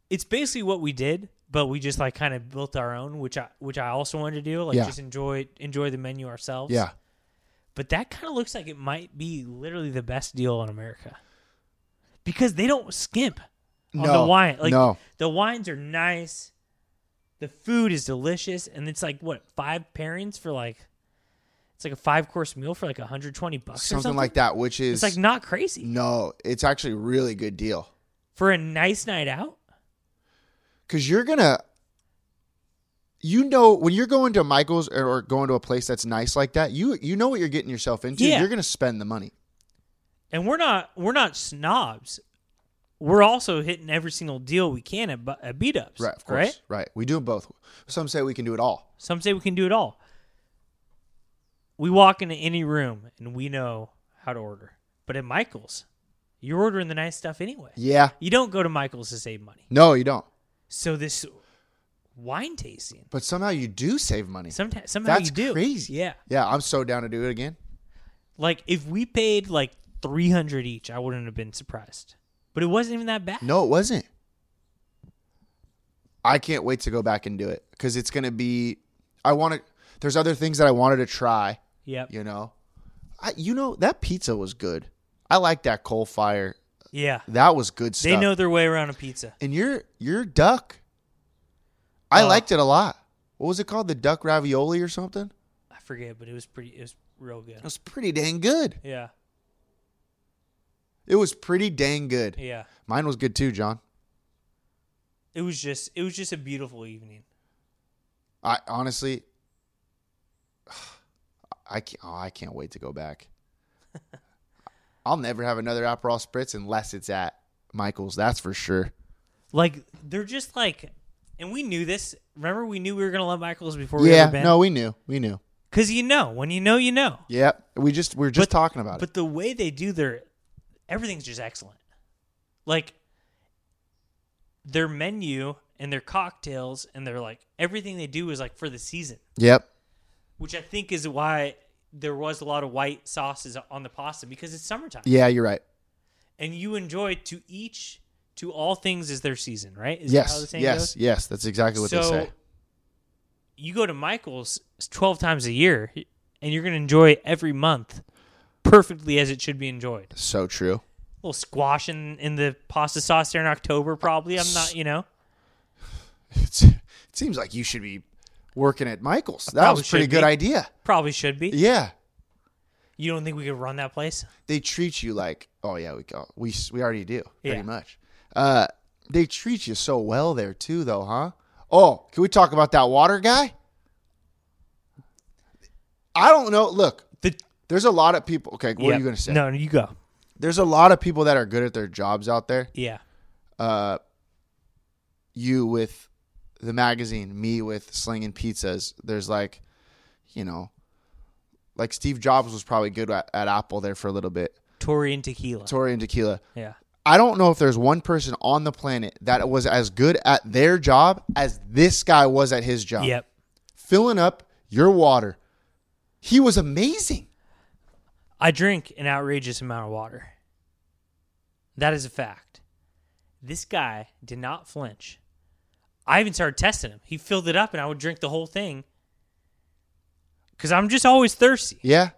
it's basically what we did, but we just like kind of built our own, which I which I also wanted to do, like
Yeah.
just enjoy enjoy the menu ourselves.
Yeah.
But that kind of looks like it might be literally the best deal in America, because they don't skimp on
No,
the wine. Like
no.
the wines are nice, the food is delicious, and it's like what five pairings for like. It's like a five course meal for like 120 bucks or
Something,
something
like that, which is
It's like not crazy.
no, it's actually a really good deal.
For a nice night out,
because you're gonna you know when you're going to michael's or, or going to a place that's nice like that you you know what you're getting yourself into
Yeah.
you're gonna spend the money
and we're not we're not snobs. We're also hitting every single deal we can at, bu- at beat ups,
right of course right, we do 'em both some say we can do it all
Some say we can do it all. We walk into any room and we know how to order. But at Michael's, you're ordering the nice stuff anyway.
yeah
You don't go to Michael's to save money.
no you don't
So this wine tasting,
but somehow you do save money
sometimes somehow
that's
you do
crazy
Yeah,
yeah i'm so down to do it again
like if we paid like three hundred each, I wouldn't have been surprised. But it wasn't even that bad.
no it wasn't i can't wait to go back and do it because it's gonna be i want to there's other things that i wanted to try
Yep.
you know I, you know that pizza was good i like that coal fire
Yeah.
That was good stuff.
They know their way around a pizza.
And your your duck, I
Uh,
liked it a lot. What was it called? The duck ravioli or something?
I forget, but it was pretty. It was real good.
It was pretty dang good.
Yeah,
It was pretty dang good.
yeah.
Mine was good too, John.
It was just. It was just a beautiful evening.
I honestly, I can't. Oh, I can't wait to go back. I'll never have another Aperol spritz unless it's at Michael's. That's for sure.
Like they're just like, and we knew this. Remember, we knew we were gonna love Michaels before we
yeah.
ever been.
No, we knew. We knew.
because you know when you know you know.
Yeah. We just we are just
But-
talking about it.
But the way they do their everything's just excellent. Like their menu and their cocktails and their like everything they do is like for the season,
Yep.
which I think is why there was a lot of white sauces on the pasta because it's summertime
Yeah, you're right.
and you enjoy to each to all things is their season, right? Is that how the
yes.
saying
Yes.
goes?
Yes. That's exactly what they say.
You go to Michael's twelve times a year, and you're gonna enjoy every month perfectly as it should be enjoyed.
So true.
A little squash in, in the pasta sauce there in October, probably. I'm not, you know.
It's, it seems like you should be working at Michael's. That
probably
was a pretty
should
good
be.
idea.
Probably should be.
Yeah.
You don't think we could run that place?
They treat you like, oh yeah, we go, we s- we already do pretty
Yeah.
much. Uh, they treat you so well there too, though, huh? Oh, can we talk about that water guy? I don't know. Look,
The
there's a lot of people. Okay, what
Yeah.
are you gonna say?
No, you go.
There's a lot of people that are good at their jobs out there.
Yeah.
uh, you with the magazine, me with slinging pizzas. There's like, you know, like Steve Jobs was probably good at, at Apple there for a little bit.
Tori and tequila.
Tori and tequila.
yeah.
I don't know if there's one person on the planet that was as good at their job as this guy was at his job.
Yep.
Filling up your water. He was amazing.
I drink an outrageous amount of water. That is a fact. This guy did not flinch. I even started testing him. He filled it up and I would drink the whole thing because I'm just always thirsty.
Yeah.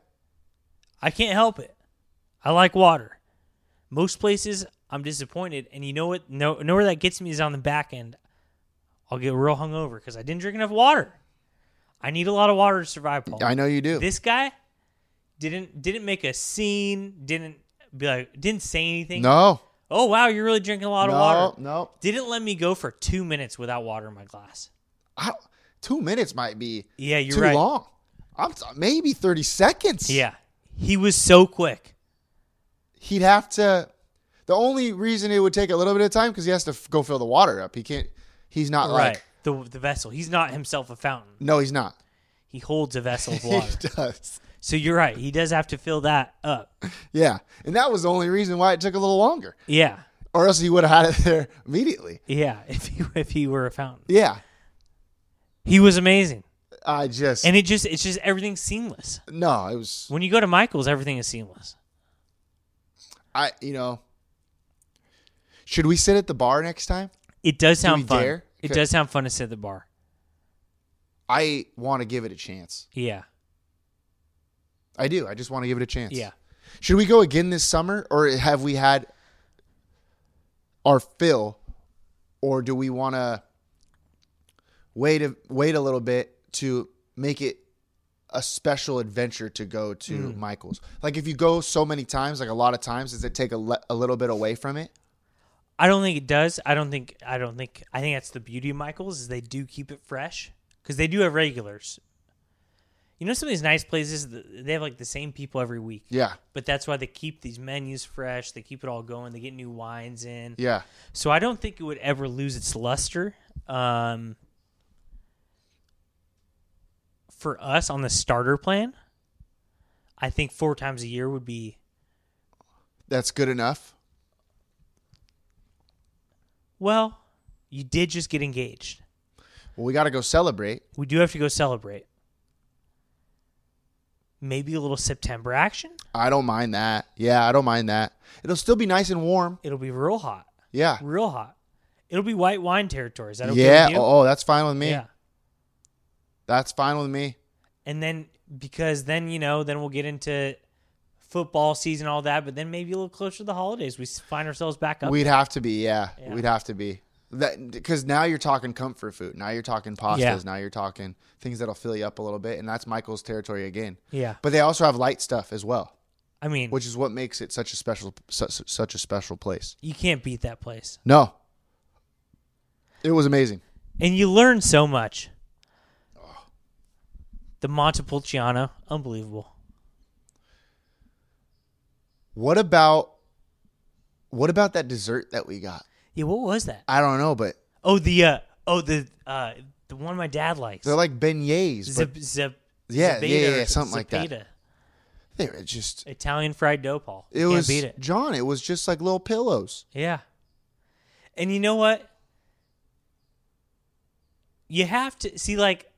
I can't help it. I like water. Most places I'm disappointed, and you know what? No, know where that gets me is on the back end. I'll get real hungover because I didn't drink enough water. I need a lot of water to survive, Paul.
I know you do.
Oh. This guy didn't didn't make a scene. Didn't be like didn't say anything.
no.
Oh wow, you're really drinking a lot
No.
of water.
No.
Didn't let me go for two minutes without water in my glass.
I, two minutes might be
Yeah, you're
too
right.
long. I'm t- maybe 30 seconds.
Yeah, he was so quick.
He'd have to. The only reason it would take a little bit of time because he has to f- go fill the water up. He can't. He's not
Right,
like.
the the vessel. He's not himself a fountain.
No, he's not.
He holds a vessel of
He
water.
does.
So you're right. He does have to fill that up.
Yeah. And that was the only reason why it took a little longer.
Yeah.
Or else he would have had it there immediately.
Yeah. If he if he were a fountain.
Yeah.
He was amazing.
I just.
And it just it's just everything's seamless.
no, it was.
When you go to Michael's, everything is seamless.
I, you know. Should we sit at the bar next time?
It does
Do we
sound fun.
dare?
It
Okay.
does sound fun to sit at the bar.
I want to give it a chance.
Yeah.
I do. I just want to give it a chance.
Yeah.
Should we go again this summer, or have we had our fill, or do we want to wait a wait a little bit to make it a special adventure to go to Michael's? Like if you go so many times, like a lot of times, does it take a, le- a little bit away from it?
I don't think it does. I don't think I don't think I think that's the beauty of Michael's is they do keep it fresh because they do have regulars. You know, some of these nice places they have like the same people every week.
Yeah,
But that's why they keep these menus fresh. They keep it all going. They get new wines in.
yeah.
So I don't think it would ever lose its luster. Um, for us on the starter plan, I think four times a year would be
That's good enough.
well. You did just get engaged.
Well, we got to go celebrate.
We do have to go celebrate. Maybe a little September action.
I don't mind that. Yeah, I don't mind that. It'll still be nice and warm.
It'll be real hot,
Yeah.
real hot. It'll be white wine territory. Is that okay
yeah.
with you?
Oh, oh, that's fine with me.
yeah.
That's fine with me.
and then because then you know then we'll get into football season all that but then maybe a little closer to the holidays we s- find ourselves back up
We'd have to be, yeah.
Yeah.
We'd have to be. That because now you're talking comfort food. Now you're talking pastas.
Yeah.
Now you're talking things that'll fill you up a little bit, and that's Michael's territory again.
yeah
But they also have light stuff as well,
i mean
which is what makes it such a special such, such a special place.
you can't beat that place
No, it was amazing.
and you learn so much the montepulciano unbelievable
What about what about that dessert that we got?
yeah what was that
I don't know, but
oh the uh oh the uh the one my dad likes
they're like beignets. but
Zeb, Zeb,
Yeah, yeah,
Zebeda or
yeah, something like that.
Zepeda.
They were just
Italian fried dough, Paul.
it
You
was
Can't beat it.
John. It was just like little pillows.
Yeah. And you know what? You have to see like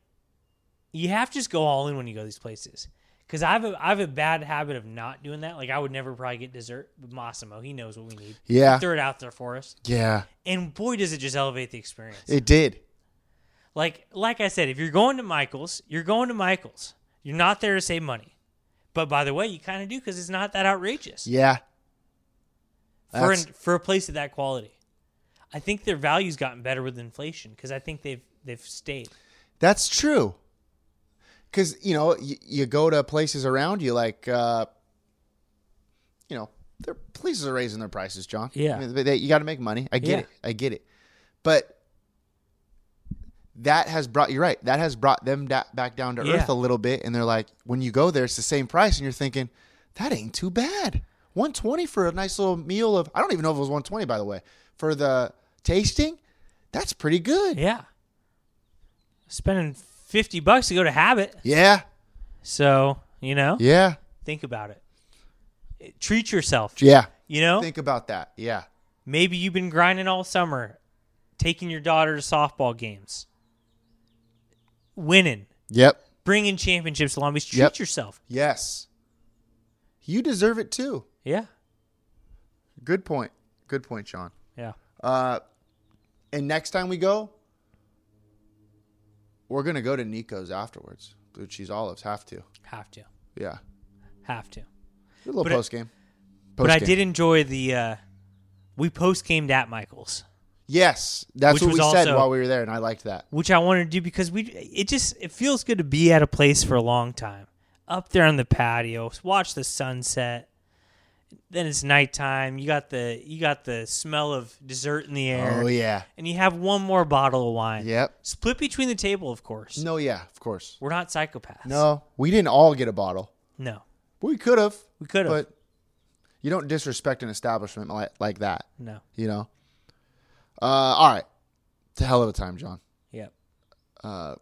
you have to just go all in when you go to these places. Cause I've a, I have a bad habit of not doing that. Like I would never probably get dessert. But Massimo, he knows what we need.
Yeah.
Throw it out there for us.
Yeah,
And boy, does it just elevate the experience.
it did.
Like like I said, if you're going to Michael's, you're going to Michael's. You're not there to save money. But by the way, you kind of do because it's not that outrageous
Yeah,
for an,
That's-
for a place of that quality. I think their value's gotten better with inflation because I think they've they've stayed.
that's true. Because you know you, you go to places around you like, uh, you know, their places are raising their prices, John.
Yeah.
I mean, they- they- you got to make money. I get
Yeah.
it. I get it. But that has brought you're right. That has brought them da- back down to
Yeah.
earth a little bit, and they're like, when you go there, it's the same price, and you're thinking, that ain't too bad. One twenty for a nice little meal of I don't even know if it was one twenty by the way for the tasting. That's pretty good.
Yeah, spending fifty bucks to go to Habit.
Yeah.
So you know,
Yeah.
think about it. It- Treat yourself.
Yeah.
You know,
Think about that. Yeah.
maybe you've been grinding all summer, taking your daughter to softball games, winning,
Yep.
bringing championships to Long Beach. Treat
Yep.
yourself.
Yes. You deserve it too.
Yeah,
Good point. Good point, Sean.
yeah.
Uh, and next time we go, we're gonna go to Nico's afterwards. Blue cheese olives have to.
Have to,
Yeah.
have to.
Do a little
But I-
post game.
But I did enjoy the. Uh, we post gamed at Michaels,
Yes, that's
Which
what we
was
said
also-
while we were there, and I liked that.
which I wanted to do because we. It just it feels good to be at a place for a long time. Up there on the patio, watch the sunset. Then it's nighttime. You got the you got the smell of dessert in the air.
Oh yeah.
And you have one more bottle of wine.
Yep.
Split between the table, of course.
No, yeah, of course.
We're not psychopaths.
No, we didn't all get a bottle.
No.
We could have.
We could have.
But you don't disrespect an establishment like, like that.
No.
you know. Uh, all right, it's a hell of a time, John.
Yep.
The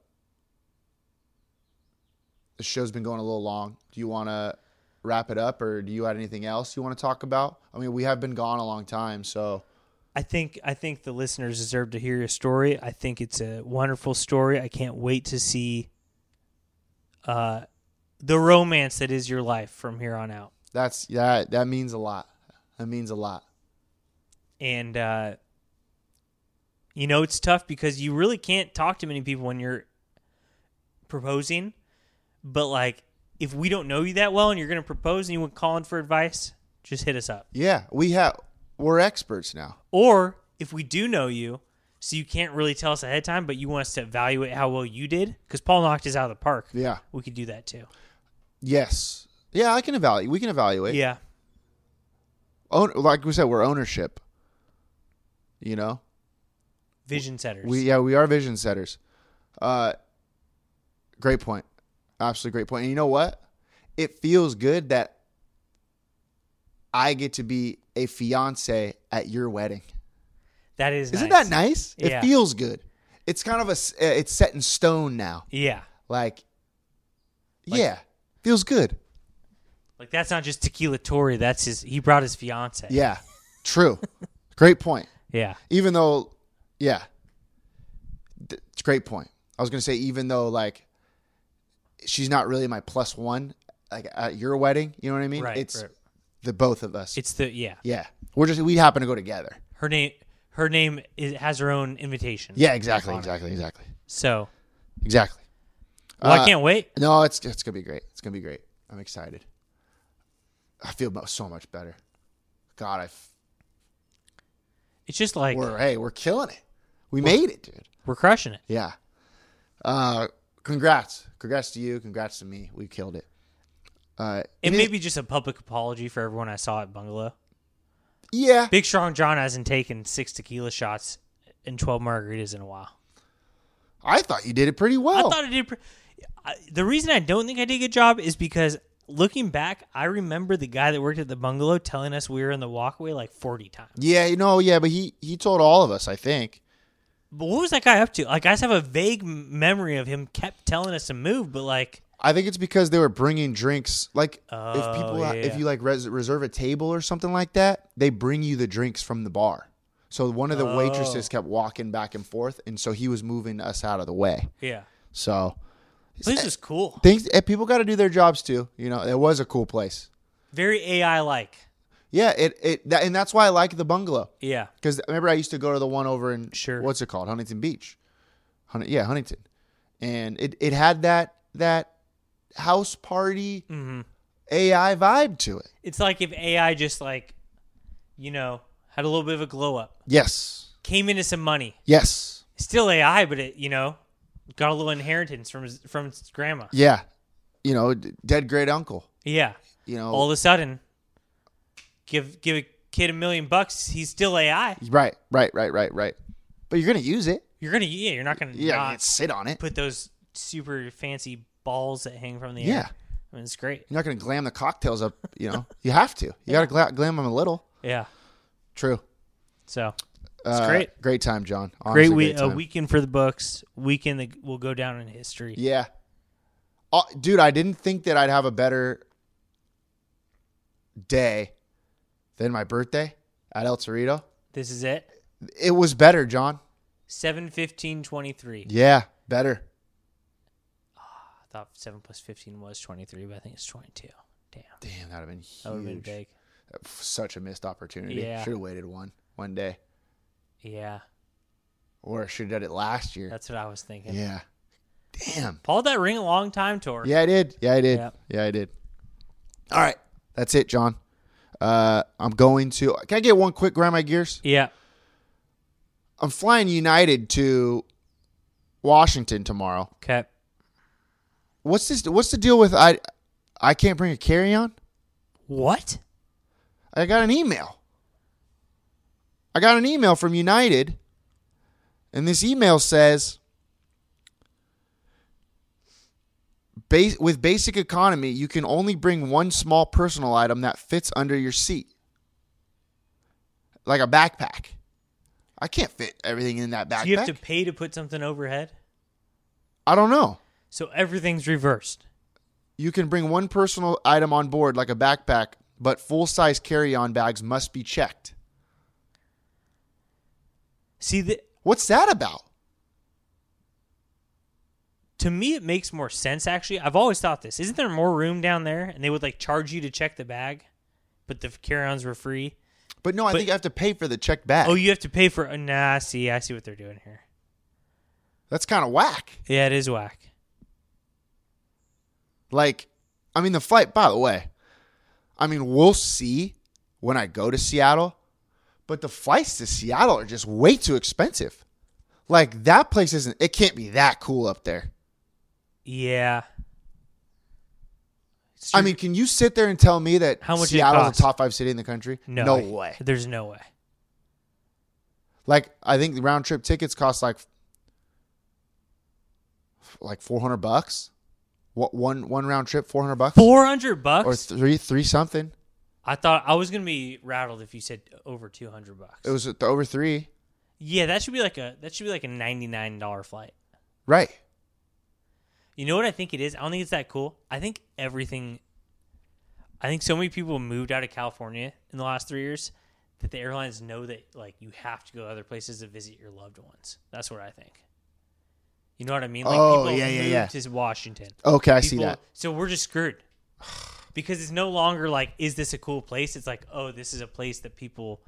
show's been going a little long. Do you want to wrap it up, or do you have anything else you want to talk about? I mean, we have been gone a long time, so
I think I think the listeners deserve to hear your story. I think it's a wonderful story. I can't wait to see uh, the romance that is your life from here on out.
that's that. That means a lot. That means a lot.
And uh, you know it's tough because you really can't talk to many people when you're proposing. But like, if we don't know you that well and you're going to propose and you want calling for advice, just hit us up.
Yeah, we have. We're experts now.
Or if we do know you, so you can't really tell us ahead of time, but you want us to evaluate how well you did, because Paul knocked us out of the park.
Yeah.
We could do that too.
Yes. Yeah, I can evaluate. We can evaluate.
Yeah.
Own, like we said, we're ownership. You know.
Vision setters.
We yeah, we are vision setters. Uh great point. Absolutely great point. And you know what? It feels good that I get to be a fiance at your wedding.
that is
Isn't
nice.
that nice?
Yeah.
It feels good. It's kind of a s- uh, it's set in stone now.
Yeah.
Like, yeah. Feels good.
Like that's not just tequila Tory, that's his he brought his fiance.
Yeah. True. great point.
Yeah.
even though yeah D- it's a great point i was gonna say even though like she's not really my plus one like at your wedding you know what i mean
Right,
it's
right.
the both of us
It's the yeah.
yeah we're just we happen to go together
Her name her name is, has her own invitation.
yeah exactly exactly exactly
So
exactly
well,
Uh,
I can't wait.
no it's it's gonna be great it's gonna be great i'm excited i feel mo- so much better god i f-
It's just like
we're
we're,
hey we're killing it we made it dude
crushing it.
Yeah. Uh, congrats. Congrats to you. Congrats to me. We killed it. Uh,
It
any-
may be just a public apology for everyone I saw at Bungalow.
Yeah.
Big Strong John hasn't taken six tequila shots and twelve margaritas in a while.
I thought you did it pretty
I
well.
thought I did. Pre- I, the reason I don't think I did a good job is because looking back, I remember the guy that worked at the bungalow telling us we were in the walkway like forty times.
yeah. You know. Yeah. But he he told all of us. I think.
But what was that guy up to? Like I just have a vague m- memory of him kept telling us to move, but like
I think it's because they were bringing drinks. Like
Oh,
if people, uh,
yeah,
if
yeah.
you like res- reserve a table or something like that, they bring you the drinks from the bar. So one of the
Oh.
waitresses kept walking back and forth, and so he was moving us out of the way.
Yeah.
So
This is cool.
things eh, people got to do their jobs too. You know, it was a cool place.
Very AI like.
Yeah, it it that, and that's why I like the bungalow
Yeah.
because remember I used to go to the one over in
Sure.
what's it called Huntington Beach, Hun- yeah Huntington, and it it had that that house party
Mm-hmm.
AI vibe to it.
It's like if AI just like, you know, had a little bit of a glow up,
Yes,
came into some money.
yes,
Still AI, but it, you know, got a little inheritance from his, from his grandma.
yeah, you know, d- dead great uncle,
Yeah.
you know,
All of a sudden, give give a kid a million bucks, he's still AI.
right, right, right, right, right. But you're gonna use it.
You're gonna yeah, you're not gonna
Yeah, you
not
can't sit on it.
put those super fancy balls that hang from the air.
Yeah.
I mean, it's great.
You're not gonna glam the cocktails up. You know, you have to. You gotta gla- glam them a little.
Yeah.
True.
So
It's
great.
Great time, John. Honestly,
great uh, week, a
time.
weekend for the books. Weekend that will go down in history.
Yeah. Uh, dude, I didn't think that I'd have a better day than my birthday at El Torito.
This is it.
It was better, John.
Seven fifteen twenty three.
Yeah, better.
I thought seven plus fifteen was twenty three, but I think it's twenty two. Damn,
Damn, that'd have been huge.
that would have been big.
Such a missed opportunity.
Yeah.
Should have waited one one day,
Yeah,
or should have done it last year.
that's what I was thinking.
yeah. Damn.
Paul, that ring a long time tour.
Yeah, I did. Yeah, I did.
Yep.
Yeah, I did. All right, that's it, John. Uh, I'm going to. Can I get one quick grind my gears?
yeah.
I'm flying United to Washington tomorrow.
Okay.
What's this? What's the deal with I? I can't bring a carry on.
What?
I got an email. I got an email from United, and this email says, Bas- "With basic economy, you can only bring one small personal item that fits under your seat, like a backpack. I can't fit everything in that backpack.
Do you have to pay to put something overhead?
I don't know."
So everything's reversed.
You can bring one personal item on board, like a backpack, but full size carry on bags must be checked.
See, the,
What's that about?
to me, it makes more sense. Actually, I've always thought this. Isn't there more room down there? And they would like charge you to check the bag, but the carry-ons were free.
But no, I
But-
think I have to pay for the checked bag.
Oh, you have to pay for. Nah, I see, I see what they're doing here.
That's kind of whack.
Yeah, it is whack.
Like, I mean, the flight, by the way, I mean, we'll see when I go to Seattle, but the flights to Seattle are just way too expensive. Like, that place isn't, it can't be that cool up there.
Yeah.
I mean, can you sit there and tell me that
How much it
Seattle's
costs?
a top five city in the country?
no,
no
way.
way.
There's no way.
Like I think the round trip tickets cost like like four hundred bucks. What one one round trip four hundred bucks
Four hundred bucks.
or three three something?
I thought I was gonna be rattled if you said over two hundred bucks.
It was th- over three,
yeah, that should be like a that should be like a ninety nine dollar flight.
right?
You know what I think it is? I don't think it's that cool. I think everything. I think so many people moved out of California in the last three years that the airlines know that like you have to go to other places to visit your loved ones. That's what I think. You know what I mean? Like
Oh,
people
yeah, yeah,
moved
yeah.
to Washington.
Okay, I see
People-
that.
So we're just screwed because it's no longer like, is this a cool place? It's like, oh, this is a place that people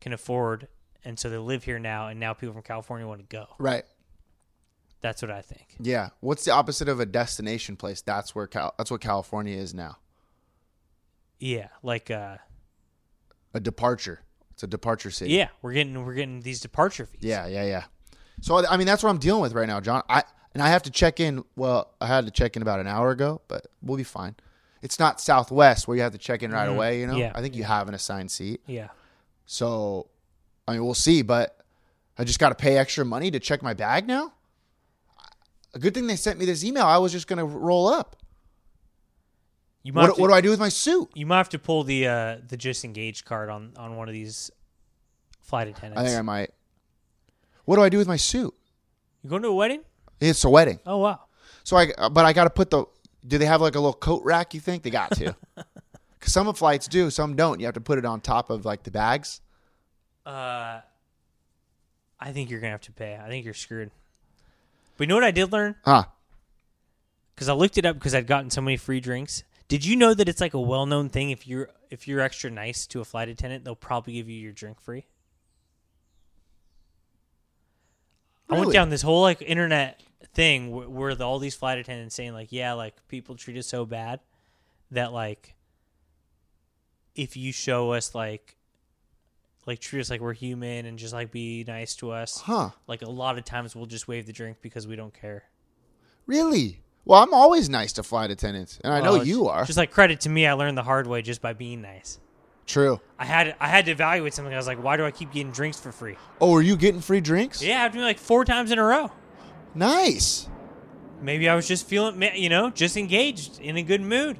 can afford, and so they live here now, and now people from California want to go.
Right.
That's what I think.
Yeah. What's the opposite of a destination place? That's where Cal- that's what California is now.
Yeah, like uh,
A departure. It's a departure city.
yeah, we're getting we're getting these departure fees.
Yeah, yeah, yeah. So I mean, that's what I'm dealing with right now, John. I and I have to check in. Well, I had to check in about an hour ago, but we'll be fine. It's not Southwest where you have to check in right away. You know,
Mm-hmm. Yeah.
I think you have an assigned seat.
yeah,
So, I mean, we'll see. But I just got to pay extra money to check my bag now. A good thing they sent me this email. I was just gonna roll up.
you might
What,
have to,
what do I do with my suit?
you might have to pull the uh, the disengage card on on one of these flight attendants.
I think I might. What do I do with my suit?
you going to a wedding?
It's a wedding,
Oh wow,
so I. uh, But I got to put the Do they have like a little coat rack? You think they got to? Because some flights do, some don't. You have to put it on top of like the bags.
Uh, I think you're gonna have to pay. I think you're screwed. But you know what I did learn?
Huh.
Because I looked it up because I'd gotten so many free drinks. Did you know that it's like a well known thing if you're if you're extra nice to a flight attendant, they'll probably give you your drink free. I went
Really?
down this whole like internet thing wh- where the, all these flight attendants saying like, yeah, like people treat us so bad that like if you show us like like treat us like we're human and just like be nice to us,
Huh.
Like a lot of times we'll just waive the drink because we don't care.
Really? Well, I'm always nice to flight attendants, and I know
Well,
you
j-
are.
Just like credit to me, I learned the hard way just by being nice.
True.
I had I had to evaluate something. I was like, why do I keep getting drinks for free?
Oh, are you getting free drinks?
Yeah, I've been like four times in a row.
Nice.
Maybe I was just feeling, ma- you know, just engaged in a good mood.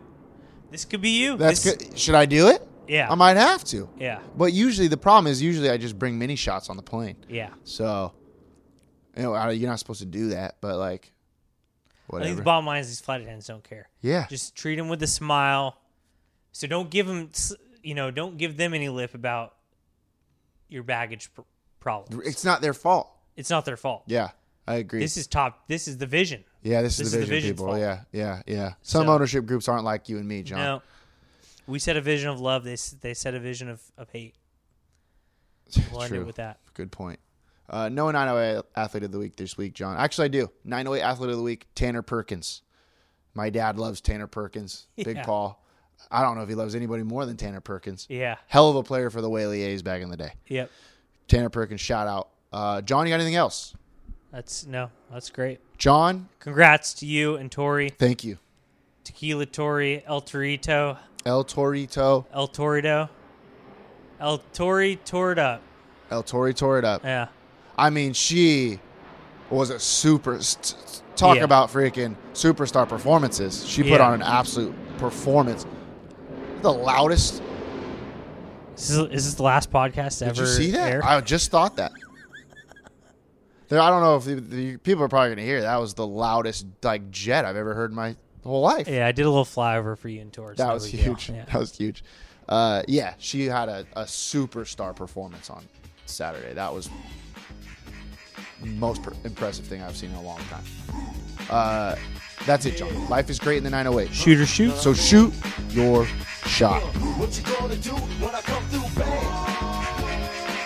This could be you.
That's
This-
good. Should I do it?
Yeah.
I might have to.
Yeah.
But usually the problem is usually I just bring mini shots on the plane.
Yeah.
So, you know, I- you're not supposed to do that, but like,
I think the
whatever.
bottom line is these flight attendants don't care.
Yeah.
Just treat them with a smile. So don't give them, you know, don't give them any lip about your baggage pr- problems.
It's not their fault.
It's not their fault.
Yeah, I agree.
This is top. This is the vision.
yeah, this,
this
is the
is the
vision,
vision's
people.
fault.
Yeah, yeah, yeah. Some
So-
ownership groups aren't like you and me, John.
No. We set a vision of love. They s- they set a vision of, of hate. We'll end it
True.
with that.
Good point. Uh, no 908 athlete of the week this week, John. Actually, I do. 908 athlete of the week, Tanner Perkins. My dad loves Tanner Perkins. Big
Yeah.
Paul. I don't know if he loves anybody more than Tanner Perkins.
Yeah.
Hell of a player for the Whaley A's back in the day.
Yep.
Tanner Perkins, shout out. Uh, John, you got anything else?
That's no. That's great.
John,
Congrats to you and Tori.
thank you.
Tequila Tori, El Torito,
El Torito.
El Torito, El Tori toured up.
El Tori tore it up.
Yeah.
I mean, she was a super. St- st- talk
Yeah.
about freaking superstar performances. She put
Yeah.
on an absolute performance. The loudest.
Is this, is this the last podcast to
Did
ever
you see that?
air?
I just thought that. There, I don't know if the, the people are probably going to hear. That was the loudest like jet I've ever heard in my whole life.
yeah, I did a little flyover for you and Tori. so
that
no
was
big deal.
huge.
Yeah.
That was huge. Uh, yeah, she had a, a superstar performance on Saturday. That was the most per- impressive thing I've seen in a long time. Uh, that's it, John. Life is great in the 908. Shoot.
Shoot or shoot.
So shoot your shot.
What you gonna do when I come through, babe?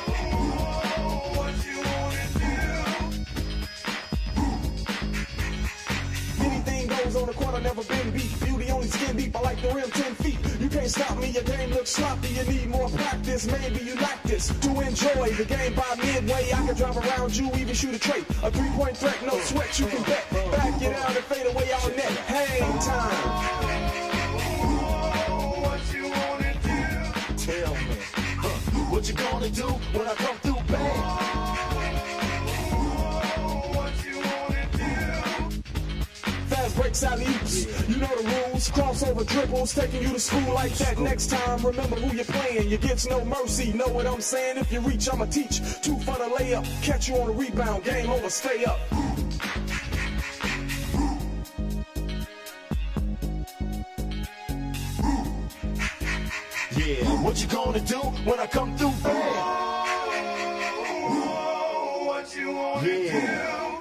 Anything goes on the court, I never been beat. You the only skin deep, I like the rim 10 feet. You can't stop me, your game looks sloppy. You need more practice, maybe you like this. To enjoy the game by midway, I can drive around you, even shoot a trait. A three point threat, no sweat, you can bet. Back it out and fade away all net. Hang time.
Tell me, huh, what you gonna do when I come through, babe?
Fast breaks out oops. You know the rules. Crossover dribbles, taking you to school like that. Next time, remember who you're playing. You get no mercy. Know what I'm saying? If you reach, I'ma teach. Two for the layup. Catch you on a rebound. Game over. Stay up.
Yeah, what you gonna do when I come through, babe?
Yeah.